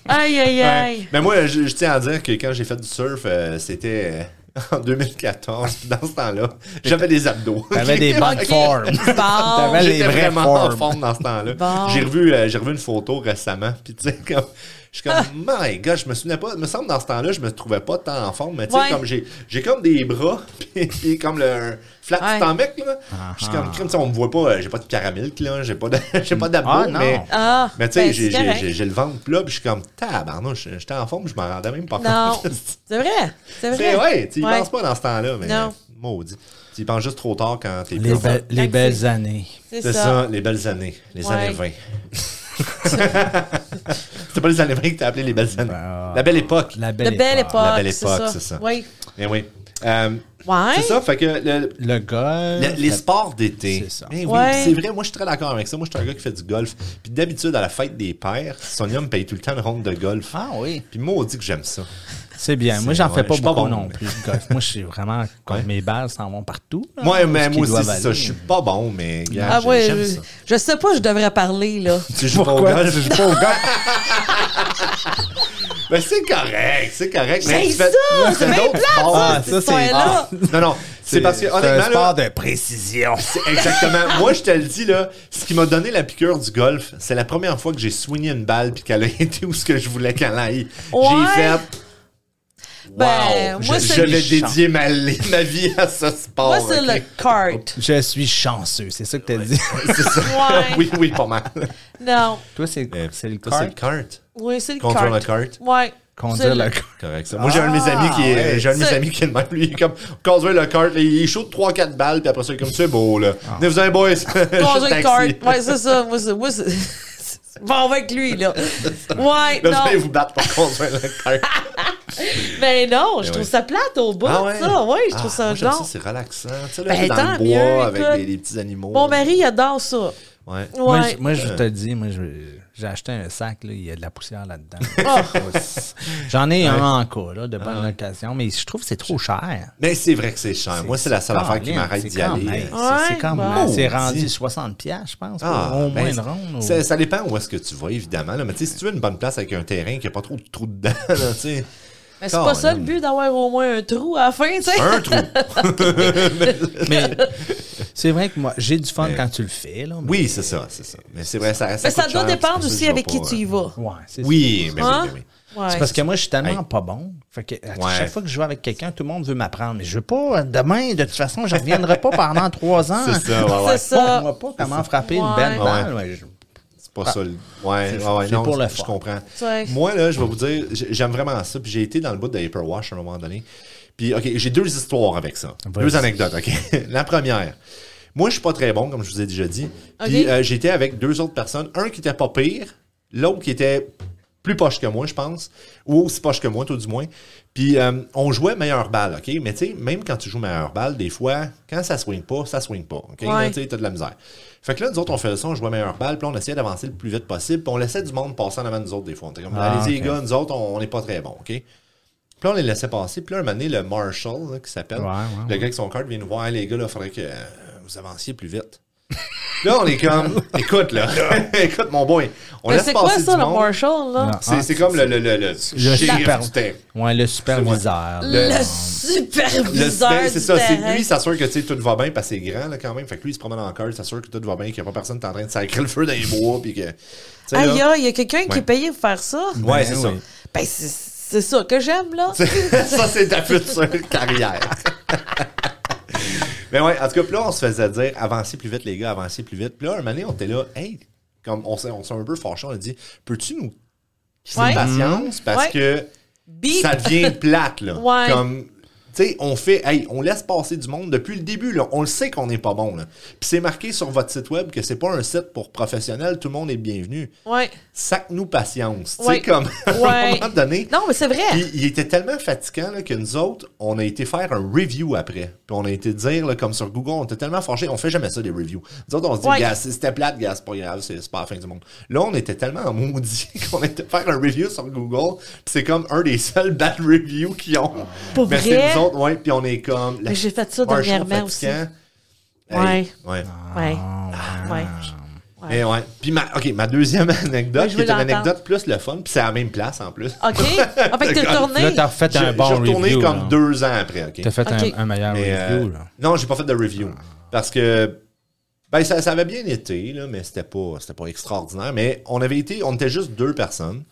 S2: Aïe, aïe, aïe.
S3: Ben, Mais moi, je, je tiens à dire que quand j'ai fait du surf, euh, c'était euh, en 2014. Puis dans ce temps-là, j'avais des abdos.
S1: T'avais des bonnes
S2: Ok.
S1: formes.
S2: Bon.
S1: T'avais les
S3: J'étais
S1: vraies
S3: vraiment en
S1: formes.
S3: forme dans ce temps-là.
S2: Bon.
S3: J'ai revu, euh, j'ai revu une photo récemment. Puis tu sais, comme. Je suis comme,
S2: Ah.
S3: my god, je me souvenais pas. me semble dans ce temps-là, je me trouvais pas tant en forme. Mais tu sais,
S2: Ouais.
S3: comme j'ai, j'ai comme des bras, puis, puis comme le un flat
S2: Ouais.
S3: stomach, là. Je suis comme, crime, tu sais, on me voit pas, euh, j'ai pas de caramel, là, j'ai pas, de, j'ai pas d'abdos.
S1: Ah, non.
S3: mais,
S2: Ah,
S3: mais tu sais,
S2: ben, c'est
S3: j'ai, j'ai,
S2: correct.
S3: j'ai- j'ai le ventre plat, puis je suis comme, tabarnouche, j'étais en forme, je m'en rendais même pas
S2: Non,
S3: compte.
S2: c'est vrai. C'est vrai.
S3: C'est ouais, tu y
S2: Ouais.
S3: penses pas dans ce temps-là, mais
S2: Non.
S3: maudit. Tu y penses juste trop tard quand t'es
S1: Les,
S3: plus
S1: be- les
S2: Merci.
S1: belles années.
S2: C'est
S3: C'est
S2: ça.
S3: ça. les belles années, les
S2: Ouais.
S3: années 20. C'était pas les années 20 que t'as appelé les belles années.
S1: Ben,
S3: La belle époque.
S1: La belle,
S2: De belle
S1: époque.
S2: époque.
S3: La belle époque, c'est ça.
S2: Oui.
S3: Mais oui. Euh,
S2: Ouais.
S3: C'est ça, fait que le-
S1: Le golf.
S3: le- les sports d'été.
S1: C'est ça.
S3: Eh oui,
S2: Ouais.
S3: puis C'est vrai, moi je suis très d'accord avec ça. Moi je suis un gars qui fait du golf. Puis d'habitude, à la fête des pères, Sonia me paye tout le temps une ronde de golf.
S1: Ah oui.
S3: Puis moi, on dit que j'aime ça.
S1: C'est bien. Moi,
S3: C'est-
S1: j'en fais
S3: ouais, je
S1: pas
S3: suis pas
S1: beaucoup
S3: bon,
S1: non
S3: mais-
S1: plus. de golf. Moi, je suis vraiment. Quand
S3: Ouais.
S1: mes balles s'en vont partout. là,
S3: Moi,
S1: où
S3: mais
S1: ce qu'ils
S3: moi aussi,
S1: doivent
S3: c'est ça.
S1: aller.
S3: Je suis pas bon, mais gars,
S2: Ah
S3: j'ai-
S2: ouais,
S3: j'aime
S2: je,
S3: ça.
S2: je sais pas, je devrais parler, là.
S3: Tu joues pas au
S1: Pourquoi
S3: golf?
S1: tu joues pas au golf?
S3: Ben, c'est correct, c'est correct.
S2: J'ai
S3: tu
S2: ça,
S3: fais- tu
S2: c'est
S3: fais
S2: bien
S3: d'autres
S2: plate,
S3: sports.
S1: ça,
S3: Ah,
S1: cette histoire-là.
S3: ah, Non, non, c'est parce que, honnêtement,
S1: un sport
S3: là,
S1: de précision.
S3: c'est- exactement. Moi, je te le dis, là, ce qui m'a donné la piqûre du golf, c'est la première fois que j'ai swingé une balle puis qu'elle a été où ce que je voulais qu'elle aille.
S2: Ouais.
S3: J'ai fait.
S2: Ben,
S3: wow,
S2: moi,
S3: je,
S2: c'est-
S3: je vais
S1: Chant.
S3: dédier ma, ma vie à ce sport.
S2: Moi, c'est
S3: ok?
S2: le kart.
S1: Je suis chanceux, c'est ça que t'as dit.
S3: C'est ça.
S2: Ouais.
S3: oui, oui, pas mal.
S2: Non.
S1: Euh, Toi, c'est
S3: Mais
S1: c'est le
S3: toi, c'est
S1: kart.
S3: le kart.
S2: Oui, c'est le kart.
S3: Conduire le kart.
S2: Ouais.
S1: Conduire
S2: C'est
S1: le kart.
S3: Correct. ça. Moi, j'ai un de mes
S2: Ah,
S3: amis qui est,
S1: ouais.
S3: j'ai un de mes
S2: C'est-
S3: amis qui est le même. Lui, il est comme, conduire le kart, il shoot 3-4 balles, puis après ça, il est comme, c'est beau, là.
S1: Ah.
S3: Ne vous en boys.
S2: Conduire
S3: Conduire
S2: le kart. Ouais, c'est ça. Moi, c'est. Moi, c'est... Bon, avec lui, là. Ouais,
S3: Là, vous allez
S2: non.
S3: vous battre pour conduire le kart.
S2: Mais Ben non, je
S3: Eh
S2: trouve
S3: oui.
S2: ça plate au bout, ça. Ah, Ouais, je trouve
S3: Ah,
S2: ça
S3: moi, j'aime
S2: genre.
S3: ça, c'est relaxant. Tu sais, là,
S2: Ben,
S3: t'es dans le
S2: tant
S3: bois
S2: mieux, écoute.
S3: avec des, des petits animaux.
S2: Mon mari, il adore ça.
S3: Ouais.
S1: Moi,
S2: Ouais.
S1: je- Moi,
S3: Euh.
S1: je te le dis, moi, je- j'ai acheté un sac, là, il y a de la poussière là-dedans.
S2: Ah!
S1: J'en ai un en cas, là, de bonne
S3: Ah
S1: location, mais je trouve que c'est trop cher.
S3: Mais c'est vrai que c'est cher. Euh, Moi, c'est la seule
S1: Ah,
S3: affaire qui
S1: Lynn,
S3: m'arrête
S1: c'est
S3: d'y
S1: quand
S3: aller.
S1: même-
S3: euh,
S1: c'est- C'est
S2: Ouais,
S1: quand
S2: bon.
S1: même. C'est
S3: Oh,
S1: rendu
S3: dis.
S1: 60$, piastres, je pense,
S3: Ah,
S1: pour au moins
S3: ben,
S1: une ronde. ou-
S3: Ça, ça dépend où est-ce que tu vas, évidemment. Là. Mais tu sais, si tu veux une bonne place avec un terrain qui n'a pas trop de trous dedans, là, tu sais,
S2: Mais c'est pas ça le
S3: Colin.
S2: but d'avoir au moins un trou à la fin, tu sais.
S3: un trou.
S1: Mais c'est vrai que moi, j'ai du fun
S3: Mais-
S1: quand tu le fais. Là, mais-
S3: Oui, c'est ça, c'est ça. Mais c'est vrai, ça reste.
S2: Mais ça
S3: coûte
S2: doit
S3: cher, c'est
S2: dépendre
S3: pour ça que
S2: aussi
S3: je
S2: avec
S3: vais
S2: qui
S3: pas,
S2: tu y
S3: euh,
S2: vas.
S1: Ouais, c'est
S3: Oui, mais
S2: Hein?
S3: oui, mais oui.
S2: Ouais.
S1: C'est parce que moi, je suis tellement
S3: Hey.
S1: pas bon. Fait que à
S3: Ouais.
S1: chaque fois que je joue avec quelqu'un, tout le monde veut m'apprendre. Mais je veux pas, demain, de toute façon, je reviendrai pas pendant trois ans.
S3: C'est ça, ouais, ouais.
S2: Ah. C'est
S1: Pas,
S2: ça.
S1: moi pas comment frapper une
S2: Ouais.
S1: belle
S2: Ouais.
S1: balle. ouais, je-
S3: C'est pas ça le. Ouais, ouais, ouais,
S1: c'est
S3: non,
S1: pour le
S3: je
S1: fun.
S3: comprends.
S2: Ouais.
S3: Moi, là, je vais vous dire, j'ai- j'aime vraiment ça. Puis j'ai été dans le bout de Vaporwash à un moment donné. Puis, OK, j'ai deux histoires avec ça.
S1: Vas-y.
S3: Deux anecdotes, OK. La première. Moi, je suis pas très bon, comme je vous ai déjà dit. Puis
S2: OK.
S3: euh, j'étais avec deux autres personnes. Un qui était pas pire, l'autre qui était plus poche que moi, je pense. Ou aussi poche que moi, tout du moins. Puis euh, on jouait meilleure balle, OK? Mais tu sais, même quand tu joues meilleure balle, des fois, quand ça swing pas, ça swing pas. OK? Là,
S2: Ouais.
S3: tu sais, t'as de la misère. Fait que là, nous autres, on faisait ça, on jouait meilleure balle, puis on essayait d'avancer le plus vite possible, puis on laissait du monde passer en avant de nous autres des fois. On était comme,
S1: Ah,
S3: allez-y, les
S1: ok.
S3: gars, nous autres, on n'est pas très bons, OK? Puis là, on les laissait passer, puis là, un moment donné, le Marshall, là, qui s'appelle,
S1: Ouais, ouais,
S3: le
S1: ouais.
S3: gars avec son card vient nous voir, Hey, les gars, là, faudrait que euh, vous avanciez plus vite. là, on est comme, écoute, là, écoute, mon boy, on
S2: Mais
S3: laisse
S2: c'est
S3: passer
S2: quoi
S3: du
S2: ça, le
S3: monde.
S2: Marshall, là?
S1: Non. hein?
S3: C'est c'est comme le, le, le, le,
S1: Le,
S3: shérif
S1: super-
S3: du terrain.
S1: ouais, le superviseur.
S2: Le,
S1: là.
S3: Le
S2: superviseur.
S3: ben, c'est
S2: du
S3: ça, c'est
S2: terrain.
S3: lui, s'assure que tu sais, tout va bien parce que c'est grand là, quand même. Fait que lui, il se promène en cœur, s'assure que tout va bien, qu'il n'y a pas personne qui est en train de sacrer le feu dans les bois. Puis que. tu sais, là.
S2: Aïe, aïe, il y a quelqu'un qui
S3: Ouais.
S2: est payé pour faire ça.
S3: Ouais, c'est
S1: Ben
S3: ça.
S1: oui.
S2: Ben, c'est- c'est ça que j'aime, là.
S3: ça, c'est ta future carrière. Mais ouais, en tout cas, puis là, on se faisait dire avancez plus vite, les gars, avancez plus vite. Puis là, un moment donné, on était là, hey, comme on s'est on s'est un peu fâchés, on a dit peux-tu nous C'est
S2: Ouais.
S3: patience parce
S2: Mm. Ouais.
S3: que
S2: Beep.
S3: ça devient plate, là.
S2: Ouais.
S3: Comme. Tu sais, on fait, hey, on laisse passer du monde depuis le début, là. On le sait qu'on n'est pas bon, là. Puis c'est marqué sur votre site web que c'est pas un site pour professionnels, tout le monde est bienvenu.
S2: Ouais.
S3: Sac-nous patience. Tu sais,
S2: Ouais.
S3: comme, à un
S2: Ouais.
S3: moment donné,
S2: Non, mais c'est vrai.
S3: puis, il était tellement fatigant là, que nous autres, on a été faire un review après. Puis on a été dire, là, comme sur Google, on était tellement fâchés, on fait jamais ça des reviews. Nous autres, on se dit,
S2: Ouais.
S3: gars, c'est- c'était plate, gars, c'est pas grave, c'est c'est pas la fin du monde. Là, on était tellement en maudit qu'on a été faire un review sur Google. Puis c'est comme un des seuls bad reviews qu'ils ont.
S2: Pour
S3: Mais
S2: vrai?
S3: c'est nous autres, ouais. Puis on est comme. la-
S2: Mais j'ai fait ça
S3: Marshall
S2: dernièrement
S3: fatigant.
S2: aussi.
S3: Hey,
S2: Ah, Ouais.
S3: Ah, ouais.
S2: Ouais. Ouais.
S3: Mais Eh ouais. Puis ma, OK, ma deuxième anecdote,
S2: Mais je
S3: qui
S2: veux
S3: est une
S2: l'entendre.
S3: anecdote plus le fun, puis c'est à la même place en plus.
S2: OK. Ah, fait que t'es
S1: Là,
S2: tourné.
S1: t'as refait
S3: J'ai j'ai
S1: un bon
S3: retourné
S1: review.
S3: comme
S1: là.
S3: deux ans après, OK?
S1: T'as fait un-
S2: Ok.
S1: un, meilleur
S3: Mais, euh,
S1: review, là. Ah.
S3: Non, j'ai pas fait de review. Parce que ben, ça, ça avait bien été, là, mais c'était pas, c'était pas extraordinaire. Mais on avait été, on était juste deux personnes.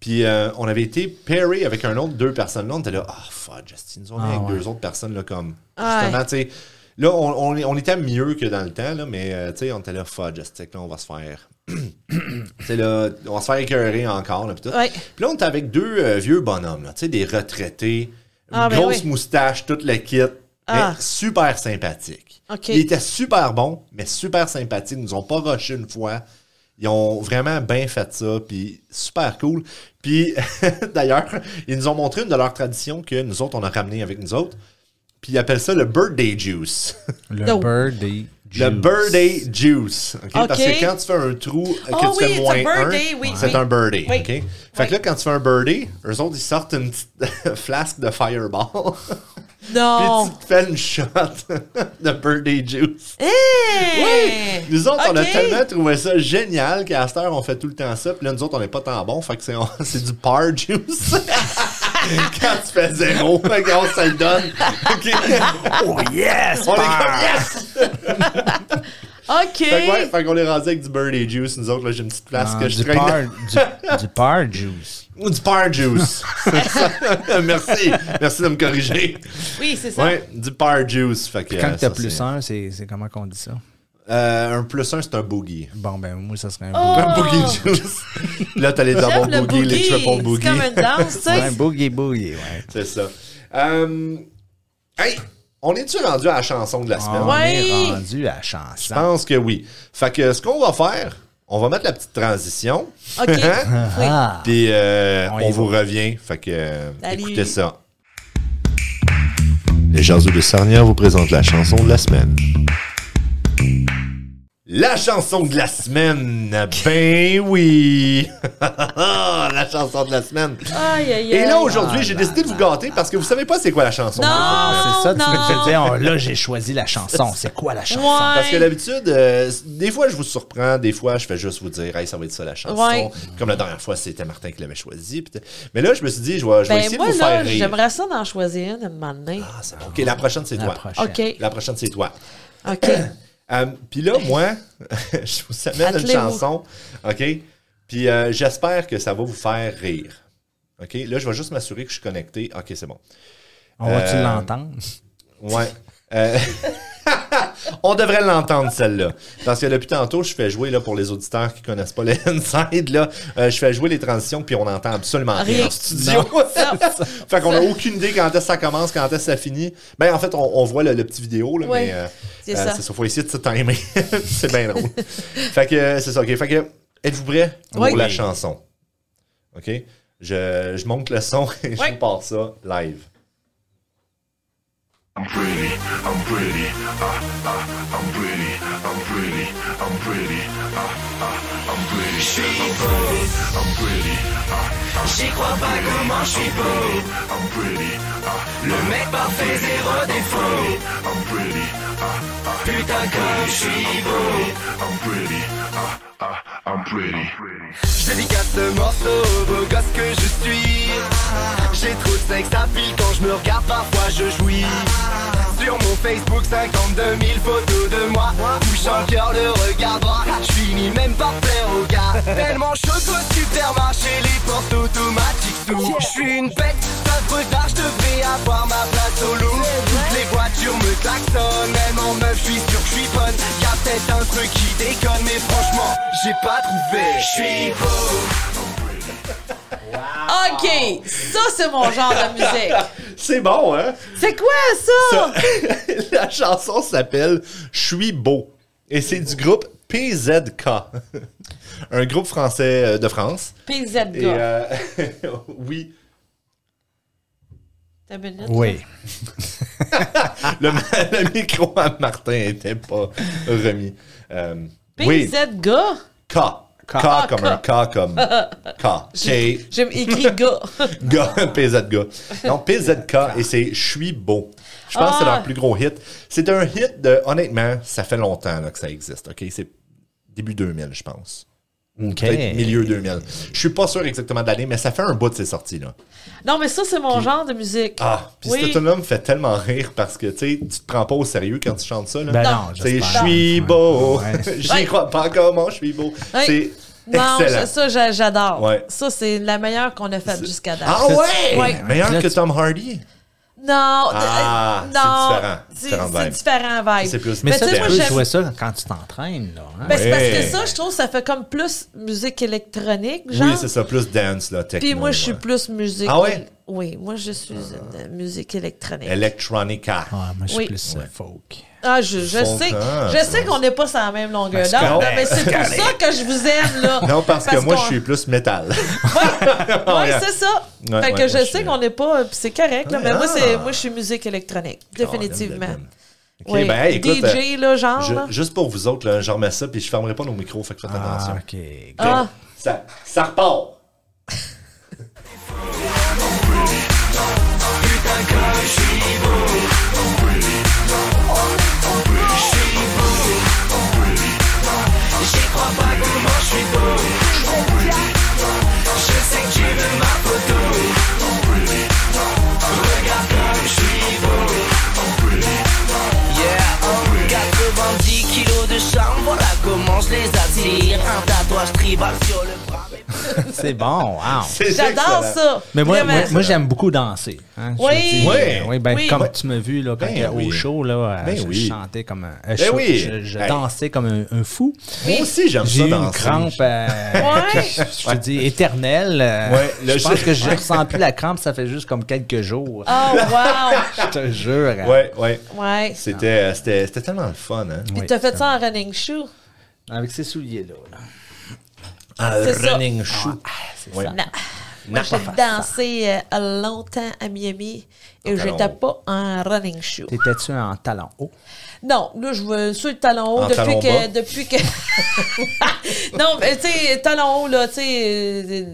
S3: Puis euh, on avait été pairé avec un autre deux personnes. Là, on était là, ah fuck, Justin, nous on est
S1: Ah,
S3: avec
S1: ouais.
S3: deux autres personnes là, comme
S2: Ah,
S3: justement, tu sais. Là, on, on, on était mieux que dans le temps, là, mais euh, tu sais, on était là, fuck, Justin, là, on va se faire. tu sais, là, on va se faire écœurer encore. Là, puis tout.
S2: Ouais.
S3: Puis là, on était avec deux euh, vieux bonhommes, là, tu sais, des retraités,
S2: Ah, ben
S3: grosse
S2: oui.
S3: moustache, tout le kit. mais
S2: Ah.
S3: super sympathique.
S2: OK.
S3: Il était super bon, mais super sympathique. Ils nous ont pas rushé une fois. Ils ont vraiment bien fait ça, puis super cool. Puis d'ailleurs, ils nous ont montré une de leurs traditions que nous autres, on a ramené avec nous autres. Puis ils appellent ça le birthday juice.
S1: Le
S2: No.
S1: birdie.
S3: Le birthday juice. ok?
S2: Ok.
S3: Parce que quand tu fais un trou euh, que
S2: Ah
S3: tu
S2: oui,
S3: fais
S2: it's a
S3: moins un,
S2: birthday, oui,
S3: c'est
S2: oui.
S3: un birthday.
S2: Oui.
S3: ok? Fait que là, quand tu fais un birthday, eux autres, ils sortent une petite flasque de fireball. Puis
S2: Non.
S3: tu te fais une shot de birthday juice.
S2: Hey!
S3: Nous autres, on a
S2: Eh. OK.
S3: tellement trouvé ça génial qu'à cette heure, on fait tout le temps ça. Puis là, nous autres, on n'est pas tant bon. Fait que c'est, on- c'est du par juice. Quand tu fais zéro, fait qu'on se le donne. OK?
S1: Oh yes!
S3: On est
S1: par-
S3: comme yes!
S2: OK.
S3: Fait, que ouais, fait qu'on est rendu avec du birdie juice. Nous autres, là, j'ai une petite place
S1: Ah,
S3: que je
S1: du,
S3: traîne.
S1: par, du, du par juice.
S3: Ou du par juice. C'est ça. Merci. Merci de me corriger.
S2: Oui, c'est ça.
S3: Ouais, du par juice. Fait que,
S1: Quand
S3: ça,
S1: t'as plus
S3: c'est-
S1: un, c'est c'est comment qu'on dit ça?
S3: Euh, un plus un, c'est un boogie.
S1: Bon, ben, moi, ça serait un
S2: Oh!
S1: boogie.
S3: Un boogie juice. Là, t'as les
S2: J'aime
S3: double
S2: le
S3: boogie, les
S2: boogie.
S3: triple
S2: C'est
S3: boogie.
S2: comme une danse, tu sais.
S1: Un boogie boogie, ouais.
S3: C'est ça. Euh, hey, on est-tu rendu à la chanson de la semaine?
S1: On
S2: Ouais.
S1: est rendu à la chanson.
S3: Je pense que oui. Fait que ce qu'on va faire, on va mettre la petite transition.
S2: OK.
S3: Hein?
S2: Oui.
S1: Ah!
S3: Puis euh, on,
S1: y
S3: vous revient. Fait que euh,
S2: Salut.
S3: écoutez ça. Les Jaseux de Sarnière vous présentent la chanson de la semaine. La chanson de la semaine, ben oui! la chanson de la semaine.
S2: Aïe, aïe,
S3: Et
S2: aïe.
S3: là, aujourd'hui, j'ai décidé de vous gâter parce que vous savez pas c'est quoi la chanson.
S2: Non!
S3: Ah,
S1: C'est ça, tu
S2: Oh, non.
S1: me disais, oh, là, j'ai choisi la chanson. C'est quoi la chanson?
S2: Ouais.
S3: Parce que d'habitude, euh, des fois, je vous surprends, des fois, je fais juste vous dire, hey, ça va être ça la chanson.
S2: Ouais.
S3: Comme la dernière fois, c'était Martin qui l'avait choisi. pis t- Mais là, je me suis dit, je vais, je vais
S2: Ben,
S3: essayer
S2: moi,
S3: de vous
S2: là,
S3: faire rire.
S2: j'aimerais ça d'en choisir une un moment donné.
S3: Ah, c'est bon. OK, la prochaine, c'est
S1: La
S3: toi.
S1: prochaine.
S2: OK.
S3: La prochaine, c'est toi.
S2: OK.
S3: Euh, Puis là, moi, je vous amène une
S2: Attelez-vous.
S3: chanson. OK? Puis euh, j'espère que ça va vous faire rire. OK? Là, je vais juste m'assurer que je suis connecté. OK, c'est bon.
S1: On va-tu
S3: Euh,
S1: l'entendre?
S3: Ouais. Euh, on devrait l'entendre, celle-là. Parce que depuis tantôt, je fais jouer, là, pour les auditeurs qui connaissent pas le Inside, là, euh, je fais jouer les transitions, puis on n'entend absolument rien,
S2: Rien.
S3: en studio. fait qu'on a aucune idée quand est-ce que ça commence, quand est-ce que ça finit. Ben, en fait, on, on voit le, le petit vidéo, là,
S2: Ouais,
S3: mais euh,
S2: c'est
S3: euh,
S2: ça.
S3: c'est ça. Faut essayer de se timer. c'est bien drôle. fait que, euh, c'est ça, OK. Fait que, êtes-vous prêts pour
S2: Oui.
S3: la chanson? OK? Je, je monte le son et je
S2: Oui.
S3: vous pars ça live.
S4: I'm pretty, I'm pretty, ah, ah, I'm pretty, I'm pretty, I'm pretty, ah, ah, I'm pretty. She pretty, I'm pretty, ah, ah,
S5: J'y crois pas comment je suis beau
S4: I'm pretty, ah,
S5: Le mec parfait, zéro défaut
S4: I'm pretty, ah, ah,
S5: Putain comme je suis beau
S4: I'm pretty, ah, ah, I'm pretty.
S5: Je dédicace ce morceau au beau gosse que je suis J'ai trop de sexe à pile quand je me regarde parfois je jouis Sur mon Facebook 52 000 photos de moi Touchant le cœur le regard droit Je finis même par plaire aux gars Tellement chaud au supermarché les portes automatiques sous Je suis une bête d'affreuse d'art je devrais avoir ma place au loup Toutes les voitures me klaxonnent Même en meuf je suis sûr que je suis bonne Y'a peut-être un truc qui déconne Mais franchement j'ai pas trouvé Je suis beau
S3: Ah.
S2: OK. Ça, c'est mon genre de musique.
S3: C'est bon, hein?
S2: C'est quoi, ça?
S3: La chanson s'appelle Je suis beau et c'est du groupe PZK, un groupe français euh, de France.
S2: PZ,
S3: Et
S2: gars.
S3: euh, oui,
S2: T'as une minute?
S1: Oui.
S3: le, le micro à Martin n'était pas remis. Euh, oui,
S2: PZ, gars?
S3: K. K
S2: Ah,
S3: comme un K comme K. K.
S2: J'ai écrit gars.
S3: Gars, PZK. Non, PZK, et c'est Je suis beau. Je pense que c'est
S2: Ah.
S3: leur plus gros hit. C'est un hit de, honnêtement, ça fait longtemps là, que ça existe, OK? C'est début 2000, je pense.
S6: OK.
S3: Peut-être milieu 2000. Je suis pas sûr exactement de l'année, mais ça fait un bout de ces sorties-là.
S2: Non, mais ça, c'est mon genre de musique.
S3: Ah, puis
S2: oui.
S3: cet homme me fait tellement rire parce que tu sais, tu te prends pas au sérieux quand tu chantes ça. Là.
S1: Ben
S2: Non.
S1: non,
S3: Tu sais,
S1: j'espère.
S3: je suis
S1: Ouais.
S3: beau.
S1: Ouais.
S3: J'y crois pas comment je suis beau.
S2: Ouais.
S3: C'est
S2: Non,
S3: excellent.
S2: je- ça, j'a- j'adore.
S3: Ouais.
S2: Ça, c'est la meilleure qu'on a faite jusqu'à date.
S3: ah ouais!
S2: Ouais.
S3: Meilleur
S1: Là,
S3: que
S1: tu-
S3: Tom Hardy.
S2: Non,
S3: Ah,
S2: euh,
S3: c'est
S2: non,
S3: différent.
S2: c'est
S3: Différent
S2: c'est
S3: vibe.
S2: différent vibe.
S3: C'est plus-
S1: Mais
S2: Ben,
S1: ça,
S2: tu
S1: tu
S2: sais, moi,
S1: peux
S2: j'aime-
S1: jouer ça quand tu t'entraînes, là. hein?
S2: Ben, c'est parce que
S3: Ouais.
S2: ça, je trouve, ça fait comme plus musique électronique, genre.
S3: Oui, c'est ça, plus dance, là, techno.
S2: Puis moi, je suis
S3: ouais.
S2: plus musique.
S3: Ah ouais? Ah.
S2: Oui, moi, je suis une musique électronique.
S3: Electronica.
S1: Ouais, moi, je suis
S2: Oui.
S1: plus euh, folk.
S2: Ah, je, je
S3: Son
S2: sais,
S3: temps,
S2: je
S3: ça.
S2: sais qu'on n'est pas sur la même longueur
S3: c'est
S2: d'onde,
S3: correct.
S2: mais c'est pour ça que je vous aime, là.
S3: Non, parce, que moi, je
S2: qu'on-
S3: suis plus métal.
S2: Ouais, c'est ça.
S3: Ouais,
S2: fait que je
S3: ouais, moi, je
S2: sais
S3: suis-
S2: qu'on n'est pas. puis C'est correct, là,
S3: Ouais,
S2: mais moi,
S3: ah.
S2: c'est, moi, je suis musique électronique, définitivement.
S3: OK,
S2: Ouais.
S3: ben, hey, écoute,
S2: DJ, là, genre.
S3: je-
S2: là.
S3: juste pour vous autres, là, je remets ça, puis je fermerai pas nos micros, fait que faites attention.
S1: Ah, OK.
S2: Ah.
S3: Ça, ça repart.
S7: Yeah, 90 kilos de charme, voilà comment je les attire. Un tatouage tribal sur le bras. mais-
S1: C'est bon, wow.
S3: C'est
S2: J'adore
S3: excellent.
S2: ça.
S1: Mais moi,
S2: Ah. Vraiment.
S1: moi, moi, j'aime beaucoup danser. hein. Je
S2: Oui.
S1: veux dire,
S3: Oui.
S1: euh, oui, ben,
S2: Oui.
S1: Comme
S2: Ouais.
S1: tu m'as vu là, quand
S3: Ben
S1: j'étais
S3: oui.
S1: au show, là, euh,
S3: Ben
S1: je
S3: oui.
S1: chantais comme un euh,
S3: Ben
S1: show,
S3: oui.
S1: je, je
S3: Hey.
S1: dansais comme un, un fou.
S3: Moi aussi, j'aime
S1: J'ai
S3: ça
S1: eu
S3: dans
S1: une crampe, euh,
S2: Ouais.
S1: je te dis, éternelle. euh,
S3: Ouais, là,
S1: je pense
S3: je-
S1: que je ressens plus la crampe, ça fait juste comme quelques jours.
S2: Oh, wow.
S1: Je te jure. hein.
S3: Ouais, ouais.
S2: Ouais.
S3: C'était, euh, c'était, c'était tellement le fun, hein?
S2: Puis
S1: Oui,
S2: t'as fait ça en running shoe.
S1: Avec ces souliers-là. là.
S3: Un
S2: C'est ça. Ah,
S3: running shoe. Ouais.
S2: Non. Moi, j'ai dansé euh, longtemps à Miami et
S3: talon
S2: j'étais
S3: haut.
S2: pas en running shoe.
S1: T'étais-tu en talon haut?
S2: Non, là, je veux sur le talon haut
S3: En
S2: depuis
S3: talon
S2: que.
S3: bas.
S2: Depuis que... non, mais tu sais, talon haut, là, tu sais. euh,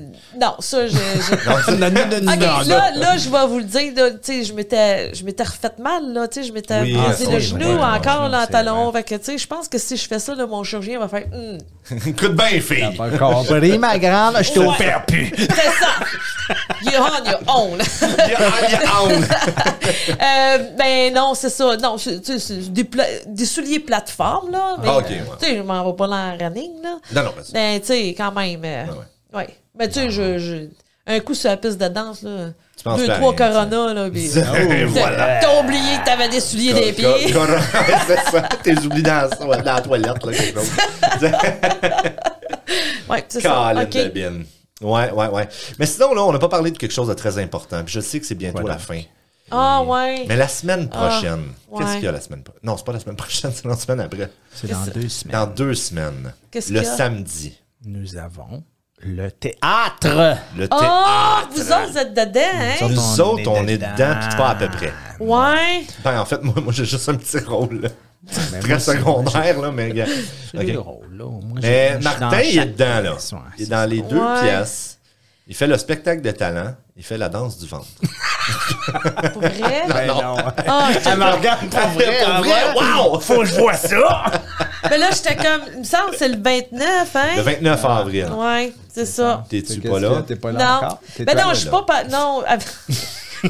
S2: non, ça, je. je-
S3: Ah,
S2: Ok, là, là, je vais vous le dire, là, tu sais, je m'étais, je m'étais refaite mal, là, tu sais, je m'étais
S3: Oui,
S2: brisé
S3: ah,
S2: le
S3: oui,
S2: genou
S3: oui, oui,
S2: encore,
S1: oui,
S2: là, en
S1: c'est
S2: talon, fait que, tu sais, je pense que si je fais ça, là, mon chirurgien va faire, Hum,
S3: Écoute bien, fille.
S1: Pas compris, ma grande. Je
S2: Ouais.
S1: t'opère plus.
S2: c'est ça! you're on your own! Euh, ben non, c'est ça. Non, c'est- tu sais, c'est des, pla- des souliers plateforme, là. Mais,
S3: Ah, ok,
S2: euh,
S3: ouais.
S2: Tu sais, je m'en vais pas dans le running, là.
S3: Non, non, vas-y.
S2: Ben, tu sais, quand même. euh,
S3: Ouais,
S2: ouais. Mais tu sais, je, je- un coup sur la piste de danse, là.
S3: penses
S2: deux,
S3: plus à
S2: trois
S3: rien,
S2: Corona, là. puis-
S1: Ah,
S3: Et voilà.
S2: T'as oublié que t'avais des souliers des pieds.
S3: Cor- cor- c'est ça. T'es oublié dans, la- ouais, dans la toilette, là, quelque chose.
S2: Ouais, c'est ça.
S3: Colin
S2: OK.
S3: de Bin. Ouais, ouais, ouais. Mais sinon, là, on n'a pas parlé de quelque chose de très important. Puis je sais que c'est bientôt la fin.
S2: Ah, ouais.
S3: Mais la semaine prochaine,
S2: Ah, ouais.
S3: qu'est-ce qu'il y a la semaine prochaine? Non, c'est pas la semaine prochaine, c'est la semaine après.
S1: C'est dans deux semaines.
S3: Dans deux semaines.
S2: Qu'est-ce
S3: le
S2: qu'il y a?
S3: samedi.
S1: Nous avons le théâtre.
S3: Le
S2: Ah,
S3: théâtre.
S2: vous autres, vous êtes dedans, hein?
S1: Nous
S3: Nous autres, on est dedans, puis pas à peu près.
S2: Ouais.
S3: Ben, en fait, moi, moi j'ai juste un petit rôle. là.
S1: Mais
S3: Très
S1: Ben, moi, c'est-
S3: secondaire, là, mais. gars.
S1: C'est
S3: Ok.
S1: le rôle, là. Moi, je- je
S3: Mais
S1: suis dans
S3: Martin, il est
S1: chaque
S3: dedans, là.
S1: pièce, ouais,
S3: Il est
S1: c'est
S3: dans les deux
S2: Ouais.
S3: pièces. Il fait le spectacle de talent. Il fait la danse du ventre.
S2: Pour vrai.
S1: ça. Ben non.
S2: Ah, je-
S1: Elle me regarde pour vrai.
S3: Pour
S1: ah
S3: vrai?
S1: ouais?
S3: Wow!
S1: Faut que je vois ça.
S2: mais là, j'étais comme. Il me semble que c'est le 29, hein?
S3: Le 29
S1: Ah.
S3: avril.
S2: Ouais, c'est ça.
S3: T'es-tu pas là?
S1: T'es pas là
S2: Non.
S1: encore?
S2: Ben non, je suis pas. pa- Non.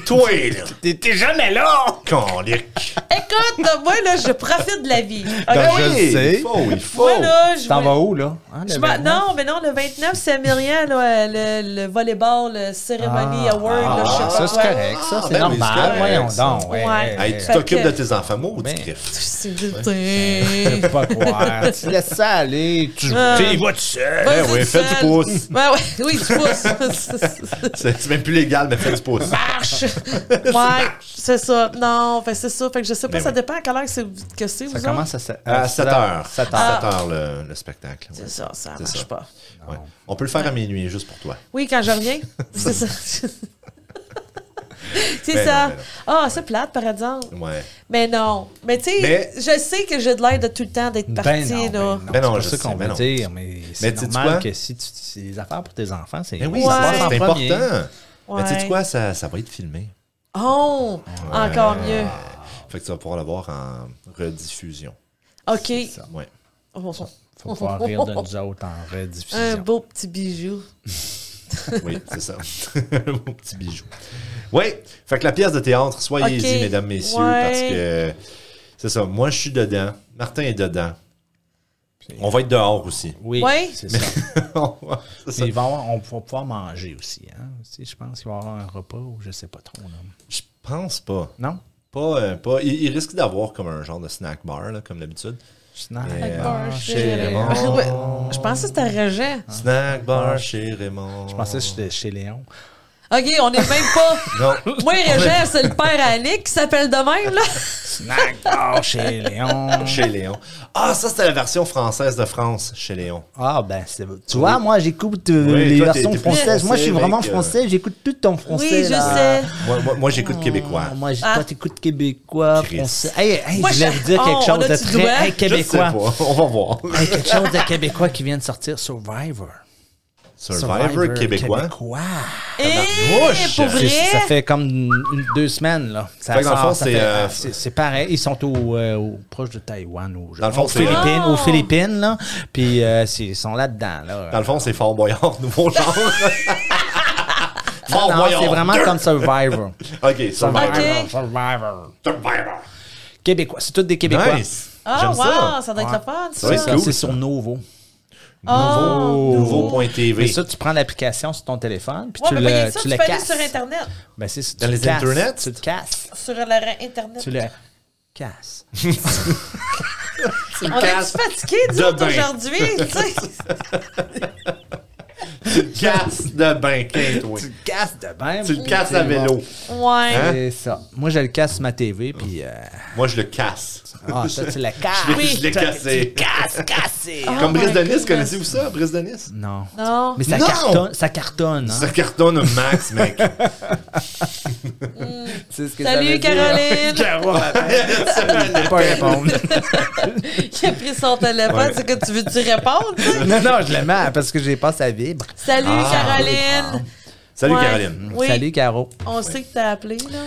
S3: Toi, là!
S1: T'es jamais là.
S3: Colique!
S2: Écoute, moi, là, je profite de la vie. OK?
S1: Ben, je le
S3: Oui,
S1: sais. Oh,
S3: Il faut, il faut!
S2: Moi, là, je.
S1: T'en
S2: vais-
S1: vas où, là? Hein, le
S2: je vais-
S1: 29?
S2: non, mais non, le 29, c'est Myriam, là, le, le volleyball, le Ceremony Award, là, je sais pas
S1: Ah. ça, c'est
S2: quoi.
S1: correct. Ça,
S3: Ah,
S1: c'est
S3: ben oui, c'est
S1: normal.
S3: correct,
S1: Voyons
S3: ça.
S1: donc. Ouais.
S2: Ouais.
S3: Hey, tu
S2: Fait
S3: t'occupes
S2: que-
S3: de tes enfants, moi, ou tu
S1: Ben.
S3: griffes?
S2: C'est
S1: Je peux
S2: vrai.
S1: pas croire. tu laisses ça aller. Tu
S2: Ah.
S1: tu y vas tout seul.
S2: Ben,
S3: oui, fais du pouce.
S2: Ben, ouais, oui, du pouce.
S3: C'est c'est même plus légal, mais fais du pouce.
S2: Marche. Ouais, c'est ça. Non, fait, c'est ça. Fait que je sais pas,
S3: Ben
S2: ça
S3: oui.
S2: dépend à quelle heure c'est- que c'est.
S1: Ça
S2: vous
S1: commence
S2: autres.
S1: à 7
S3: À 7 heures.
S1: 7 heures.
S3: À 7 heures, le, le spectacle. ouais.
S2: C'est ça, ça
S3: C'est
S2: marche
S3: ça.
S2: pas.
S3: Ouais. On peut le faire à minuit, juste pour toi.
S2: Oui, quand je reviens. c'est ça. c'est
S3: Ben
S2: ça.
S3: non, ben non.
S2: Ah, c'est plate, par exemple.
S3: Ouais.
S2: Mais non. Mais tu sais,
S3: Mais-
S2: je sais que j'ai de l'air de tout le temps d'être
S1: Ben
S2: partie,
S1: non, ben
S2: là.
S1: non,
S3: Ben non, je
S1: c'est pas
S3: sais,
S1: ça qu'on
S3: ben
S1: veut
S3: non.
S1: dire, mais c'est
S3: sais-tu
S1: normal
S3: quoi?
S1: que si tu, c'est les affaires pour tes enfants, c'est
S3: Mais oui,
S2: Ouais.
S3: ça passe,
S1: en
S3: c'est
S1: premier.
S3: important. Mais tu sais
S2: Ouais.
S3: quoi, ça, ça va être filmé.
S2: Oh, encore mieux.
S3: Fait que tu vas pouvoir l'avoir en rediffusion.
S2: OK. Oh,
S3: Ouais.
S2: On s'en-
S1: Faut pas rire de nous autres en rediffusion.
S2: oh. Un beau petit bijou.
S3: Oui, c'est ça. Mon petit bijou. Oui, fait que la pièce de théâtre, soyez-y,
S2: Ok.
S3: mesdames, messieurs,
S2: Ouais.
S3: parce que c'est ça. Moi, je suis dedans. Martin est dedans. On va être dehors aussi.
S1: Oui,
S2: Ouais.
S1: c'est ça.
S3: On va- c'est ça.
S1: Il va y avoir- on va pouvoir manger aussi. Hein? Tu sais, Je pense qu'il va y avoir un repas ou je sais pas trop. là.
S3: Je pense pas.
S1: Non?
S3: Pas, euh, pas. Il, il risque d'avoir comme un genre de snack bar, là, comme d'habitude.
S1: Snack.
S3: Mais, euh,
S2: bar
S3: chez
S2: chez
S3: Raymond.
S2: Ah Ouais, Je pensais que c'était un rejet.
S3: Ah. Snack bar chez Raymond.
S1: Ah. Je pensais que j'étais chez Léon.
S2: OK, on est même pas.
S3: Non.
S2: Moi, Régent, c'est le père à Nick qui s'appelle de même, là.
S1: Snack bar chez Léon.
S3: Chez Léon. Ah, ça, c'était la version française de France, chez Léon.
S1: Ah ben c'est tu vois moi j'écoute euh,
S3: Oui,
S1: les
S3: toi, t'es-
S1: versions
S3: t'es plus
S1: françaises moi je suis
S3: français,
S1: vraiment
S3: mec, euh.
S1: français j'écoute tout en français
S2: Oui, je
S1: là.
S2: sais.
S3: Moi, moi, moi, j'écoute québécois.
S1: Ah, moi j'ai-
S2: Ah.
S1: toi t'écoutes québécois
S3: Chris.
S1: français hey, hey,
S2: Moi,
S1: je voulais
S2: je-
S1: vous dire quelque
S2: Oh, on
S1: chose de
S2: a-tu le droit?
S1: très hey,
S3: Je sais
S1: québécois
S3: pas. On va voir.
S1: Hey, quelque chose de québécois qui vient de sortir Survivor
S3: Survivor, québécois.
S2: Et
S3: mouche.
S2: pour
S1: C'est-
S2: vrai,
S1: ça fait comme une- une- deux semaines là ça
S3: Fait que dans le
S1: sort,
S3: fond,
S1: ça
S3: c'est,
S1: fait-
S3: euh,
S1: c'est c'est pareil ils sont au, euh, au- proche de Taïwan ou
S3: Dans le fond,
S1: aux
S3: c'est-
S1: Philippines
S2: Oh!
S1: aux Philippines là puis euh, c'est- ils sont là dedans là
S3: Dans le fond, c'est Fort Boyard, nouveau genre. Fort
S1: Non,
S3: Boyard.
S1: c'est vraiment comme Survivor.
S3: Ok, Survivor.
S2: Ok.
S1: Survivor.
S3: Survivor.
S1: Québécois. C'est tous des Québécois.
S3: Nice.
S2: ah,
S3: J'aime
S2: wow, ça.
S3: ça.
S2: doit être
S1: Ouais.
S2: le fun, ça.
S3: Ouais,
S1: Ça,
S3: cool,
S1: c'est
S3: ça.
S1: sur Novo.
S2: Oh.
S3: Nouveau. Nouveau.tv.
S1: Mais ça, tu prends l'application sur ton téléphone, puis
S2: Ouais,
S1: tu
S2: mais
S1: le,
S2: voyez ça,
S1: tu
S2: tu
S1: le
S2: peux aller
S1: casses.
S2: sur Internet.
S1: Ben, c'est ça, tu
S3: Dans
S1: le
S3: les
S1: casses.
S3: internets?
S1: Tu le casses.
S2: Sur le re- Internet.
S1: Tu le casses.
S2: On est
S3: Casse.
S2: fatigué,
S3: de
S2: nous autres,
S3: bain.
S2: aujourd'hui. tu sais.
S3: Casse de bain, Kate, oui.
S1: Tu le casses de même.
S3: Tu le casses à vélo.
S2: Ouais.
S3: Hein?
S1: C'est ça. Moi, je le casse sur ma TV, puis... euh,
S3: Moi, je le casse.
S1: Ah, ça, tu le casses.
S3: Je l'ai- je l'ai
S1: Toi,
S3: cassé.
S1: Tu le casses, cassé.
S3: Comme
S2: Oh my
S3: Brice de Nice,
S2: goodness.
S3: connaissez-vous ça, Brice de Nice?
S1: Non.
S2: Ah. Non.
S1: Mais ça
S3: Non!
S1: cartonne. Ça cartonne, hein.
S3: Ça cartonne au max, mec.
S1: C'est ce que ça veut
S2: Salut,
S1: dire.
S2: Caroline.
S3: Ben
S1: Je peux pas répondre.
S2: Qui a pris son téléphone. C'est que tu veux-tu répondre? tu sais?
S1: non, non, je le mets parce que j'ai pas sa vibre.
S2: Salut,
S1: Ah,
S2: Caroline.
S3: Salut,
S2: Ouais.
S3: Caroline.
S2: Oui.
S1: Salut, Caro.
S2: On sait que t'as appelé, là.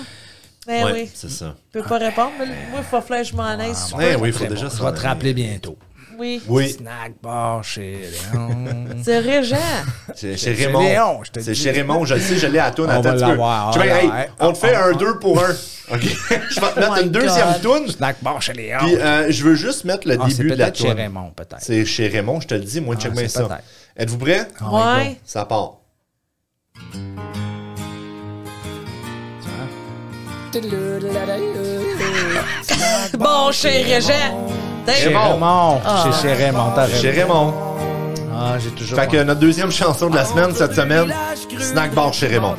S2: Ben
S3: Ouais,
S2: oui.
S3: c'est ça.
S2: Je peux pas répondre. mais Moi, il faut que je m'en aille.
S1: Ah,
S2: si je
S3: Eh
S2: peux.
S3: oui, il faut
S1: Très
S3: déjà
S1: bon.
S3: s'en
S1: Je vais te
S3: aller.
S1: rappeler bientôt.
S2: Oui.
S3: Oui,
S1: Snack bar chez Léon.
S2: C'est Régent.
S3: c'est chez
S1: chez
S3: Raymond.
S1: Léon, je te
S3: C'est
S1: dis.
S3: chez Raymond, je le sais, je l'ai à toune.
S1: On
S3: Attends
S1: va
S3: un petit peu.
S1: l'avoir,
S3: Je
S1: on
S3: vais,
S1: va
S3: hey,
S1: l'avoir.
S3: on te fait
S1: Ah,
S3: un
S1: ah,
S3: 2 pour 1. OK? Je vais te mettre
S2: Oh my
S3: une deuxième
S2: God.
S3: toune.
S1: Snack bar chez Léon.
S3: Puis euh, je veux juste mettre le
S1: Ah, c'est
S3: début de la
S1: peut-être
S3: toune.
S1: chez Raymond, peut-être.
S3: C'est chez Raymond, je te le dis, moi, check
S1: Ah,
S3: bien
S1: c'est
S3: ça.
S1: peut-être.
S3: Êtes-vous prêts?
S1: Ah,
S2: Ouais.
S3: Ça part.
S2: Bon, chez Régent.
S1: Chez
S2: T'es-
S3: Raymond.
S1: Raymond.
S2: Ah.
S1: C'est chez Raymond. t'as
S3: Chez
S1: raison.
S3: Raymond. Ah.
S1: Ah, j'ai toujours.
S3: Fait que notre deuxième chanson de la semaine cette semaine, Snack Bar chez Raymond.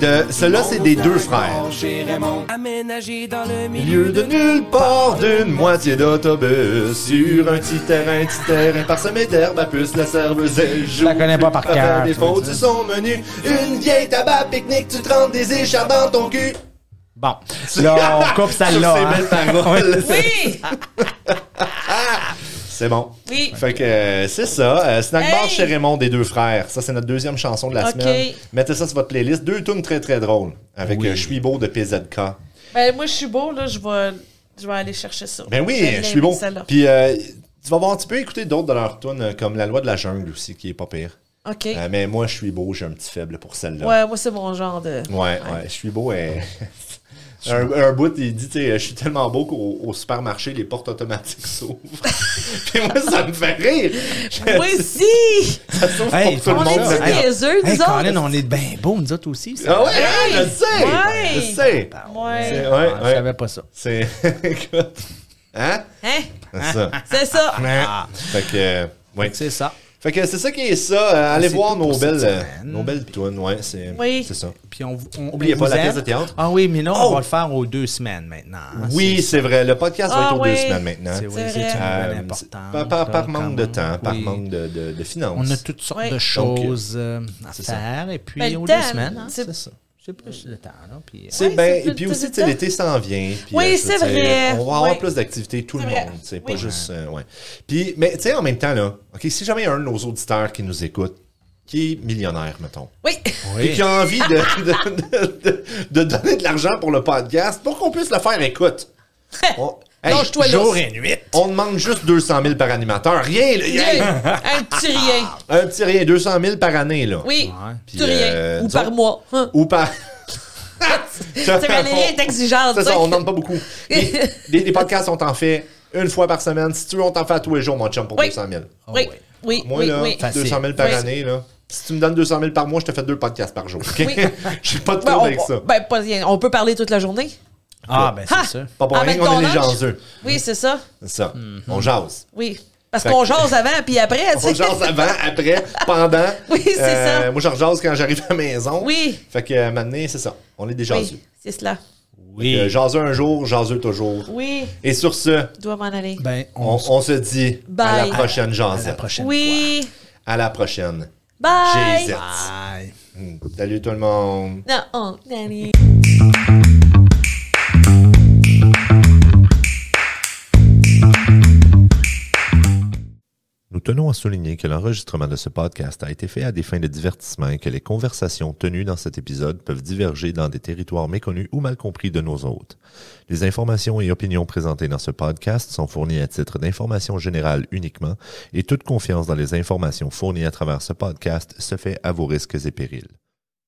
S3: De, celle-là, c'est des deux frères.
S6: Aménagé dans le
S3: Lieu de nulle part d'une moitié d'autobus Sur un petit terrain, petit terrain parsemé d'herbe à puce La serveuse, elle joue
S1: la connais pas par
S3: Elle fait
S1: cœur,
S3: des
S1: tu veux
S3: fautes
S1: dire.
S3: sur son menu Une vieille tabac pique-nique, tu te rends des écharpes dans ton cul
S1: Bon, là, Oh, on coupe ça
S3: Sur
S1: là.
S3: ces
S1: hein.
S3: belles paroles.
S2: Oui. Ah,
S3: C'est bon.
S2: Oui.
S3: Fait que euh, c'est ça. euh, Snack
S2: Hey!
S3: Bar chez Raymond des deux frères. Ça, c'est notre deuxième chanson de la
S2: Ok.
S3: semaine. Mettez ça sur votre playlist. Deux tunes très très drôles. Avec
S1: Oui.
S3: euh, Je suis beau de PZK.
S2: Ben, moi, je suis beau, là. Je vais, je vais aller chercher ça.
S3: Ben oui,
S2: J'aime
S3: je suis beau.
S2: celle-là.
S3: Puis euh, tu vas voir, tu peux écouter d'autres de leurs tunes euh, comme La loi de la jungle aussi, qui est pas pire.
S2: OK.
S3: Euh, mais moi, je suis beau, j'ai un petit faible pour celle-là.
S2: Ouais, moi, c'est mon genre de.
S3: Ouais, ouais, je suis beau. et- un, un bout, il dit, tu sais, je suis tellement beau qu'au au supermarché, les portes automatiques s'ouvrent. Puis moi, ça me fait rire.
S2: Moi aussi!
S3: Ça s'ouvre
S1: Hey,
S3: pour tout le
S2: on
S3: monde.
S2: est-tu
S3: maintenant.
S2: niaiseux, nous
S1: Hey,
S2: autres?
S1: Colin, on est bien beaux, nous autres aussi. ça.
S3: Ah ouais, hein, je le sais!
S2: Ouais.
S3: Je le
S2: Ouais.
S3: sais! C'est-
S1: Ah,
S3: Ouais,
S1: Je
S3: ouais.
S1: savais pas ça.
S3: C'est. Écoute. Hein?
S2: Hein?
S3: C'est ça.
S2: C'est ça.
S3: Ah. Fait que. euh, ouais.
S1: C'est ça.
S3: Fait que c'est ça qui est ça. Euh, allez
S1: Ah, C'est
S3: voir
S1: tout pour
S3: nos
S1: cette
S3: belles, euh,
S1: semaine.
S3: nos belles tunes. Ouais, c'est
S2: Oui.
S3: c'est ça.
S1: Puis on, on
S3: Oubliez
S1: on
S3: pas
S1: vous
S3: la pièce
S1: aime.
S3: de théâtre.
S1: Ah oui, mais là, on
S3: Oh!
S1: va le faire aux deux semaines maintenant. hein.
S3: Oui, c'est vrai. Le podcast va
S2: Ah
S3: être aux deux
S2: ouais.
S3: semaines maintenant.
S1: C'est oui,
S2: C'est
S1: c'est
S2: vrai.
S1: une
S3: Euh,
S1: bonne
S3: c'est-
S1: importance.
S3: par, par- par
S1: là,
S3: manque
S1: quand
S3: de
S1: même.
S3: temps, par
S1: Oui.
S3: manque de, de, de finances.
S1: On a toutes sortes
S2: Ouais.
S1: de
S2: Donc,
S1: choses euh, à
S3: ça.
S1: faire. Et puis,
S2: Ben, le
S1: aux
S2: temps,
S1: deux semaines, hein,
S2: c'est-
S1: c'est ça. C'est plus le temps. Là, puis, euh,
S3: C'est
S2: Ouais,
S3: bien.
S2: c'est
S3: Et puis
S2: tout
S3: aussi,
S2: le
S3: tu sais,
S2: temps.
S3: l'été s'en vient. puis, euh,
S2: Oui,
S3: je veux
S2: c'est
S3: dire,
S2: vrai.
S3: On va avoir
S2: Oui.
S3: plus d'activités, tout le
S2: C'est vrai.
S3: monde. C'est
S2: Oui.
S3: pas juste. euh, ouais. Puis, mais tu sais, en même temps, là, OK, si jamais il y a un de nos auditeurs qui nous écoute, qui est millionnaire, mettons,
S2: Oui.
S3: et qui a envie de,
S2: Oh,
S3: de, de- de- de donner de l'argent pour le podcast, pour qu'on puisse le faire, écoute. On- Hey,
S2: Lâche-toi là.
S1: Jour et nuit.
S3: On demande juste 200 000 par animateur. Rien, là.
S2: Hey,
S3: Rien.
S2: un petit rien.
S3: Un petit rien, 200 000 par année, là.
S2: Oui,
S3: Puis,
S2: tout rien.
S3: euh,
S2: Ou
S3: nous
S2: par
S3: autres-
S2: mois. Hein.
S3: Ou par.
S2: Tu sais, Valérie est exigeante.
S3: C'est
S2: tu sais.
S3: ça, on n'en pas beaucoup. Les, les- les podcasts, on t'en fait une fois par semaine. Si tu veux, on t'en fait à tous les jours, mon chum, pour
S2: Oui.
S3: 200 000.
S2: Oui, oui,
S3: Ah Moi,
S2: oui,
S3: là,
S2: oui.
S1: Facile.
S3: 200 000 par
S2: Oui.
S3: année, là. Si tu me donnes 200 000 par mois, je te fais deux podcasts par jour. ok?
S2: Oui.
S3: J'ai pas de
S2: Ben,
S3: problème
S2: on,
S3: avec ça.
S2: ben, pas rien. On peut parler toute la journée.
S1: Ah, ben,
S2: Ah!
S1: c'est sûr.
S3: Pas pour
S2: Avec
S3: rien qu'on
S2: ton
S3: est les
S2: lunch?
S3: jaseux.
S2: Oui, c'est ça.
S3: C'est ça. On jase.
S2: Oui. Parce
S3: Fait
S2: qu'on
S3: que-
S2: jase avant puis après. tu
S3: On
S2: sais.
S3: jase avant, après, pendant. Euh,
S2: Oui, c'est ça.
S3: Moi, je rejase quand j'arrive à la maison.
S2: Oui.
S3: Fait que euh, maintenant, c'est ça. On est des jaseux.
S2: Oui, c'est cela.
S1: Oui.
S3: Euh, jaseux un jour, jaseux toujours.
S2: Oui,
S3: Et sur ce,
S2: je dois m'en aller.
S1: Ben, on,
S3: on, on se dit à
S2: Bye.
S3: la prochaine
S1: à la
S3: jasette.
S1: prochaine
S2: oui.
S3: À la prochaine.
S2: Bye.
S3: Jasette.
S1: fois. Bye.
S3: Salut tout le monde.
S2: Non, oh, Danny.
S8: Nous tenons à souligner que l'enregistrement de ce podcast a été fait à des fins de divertissement et que les conversations tenues dans cet épisode peuvent diverger dans des territoires méconnus ou mal compris de nos hôtes. Les informations et opinions présentées dans ce podcast sont fournies à titre d'information générale uniquement et toute confiance dans les informations fournies à travers ce podcast se fait à vos risques et périls.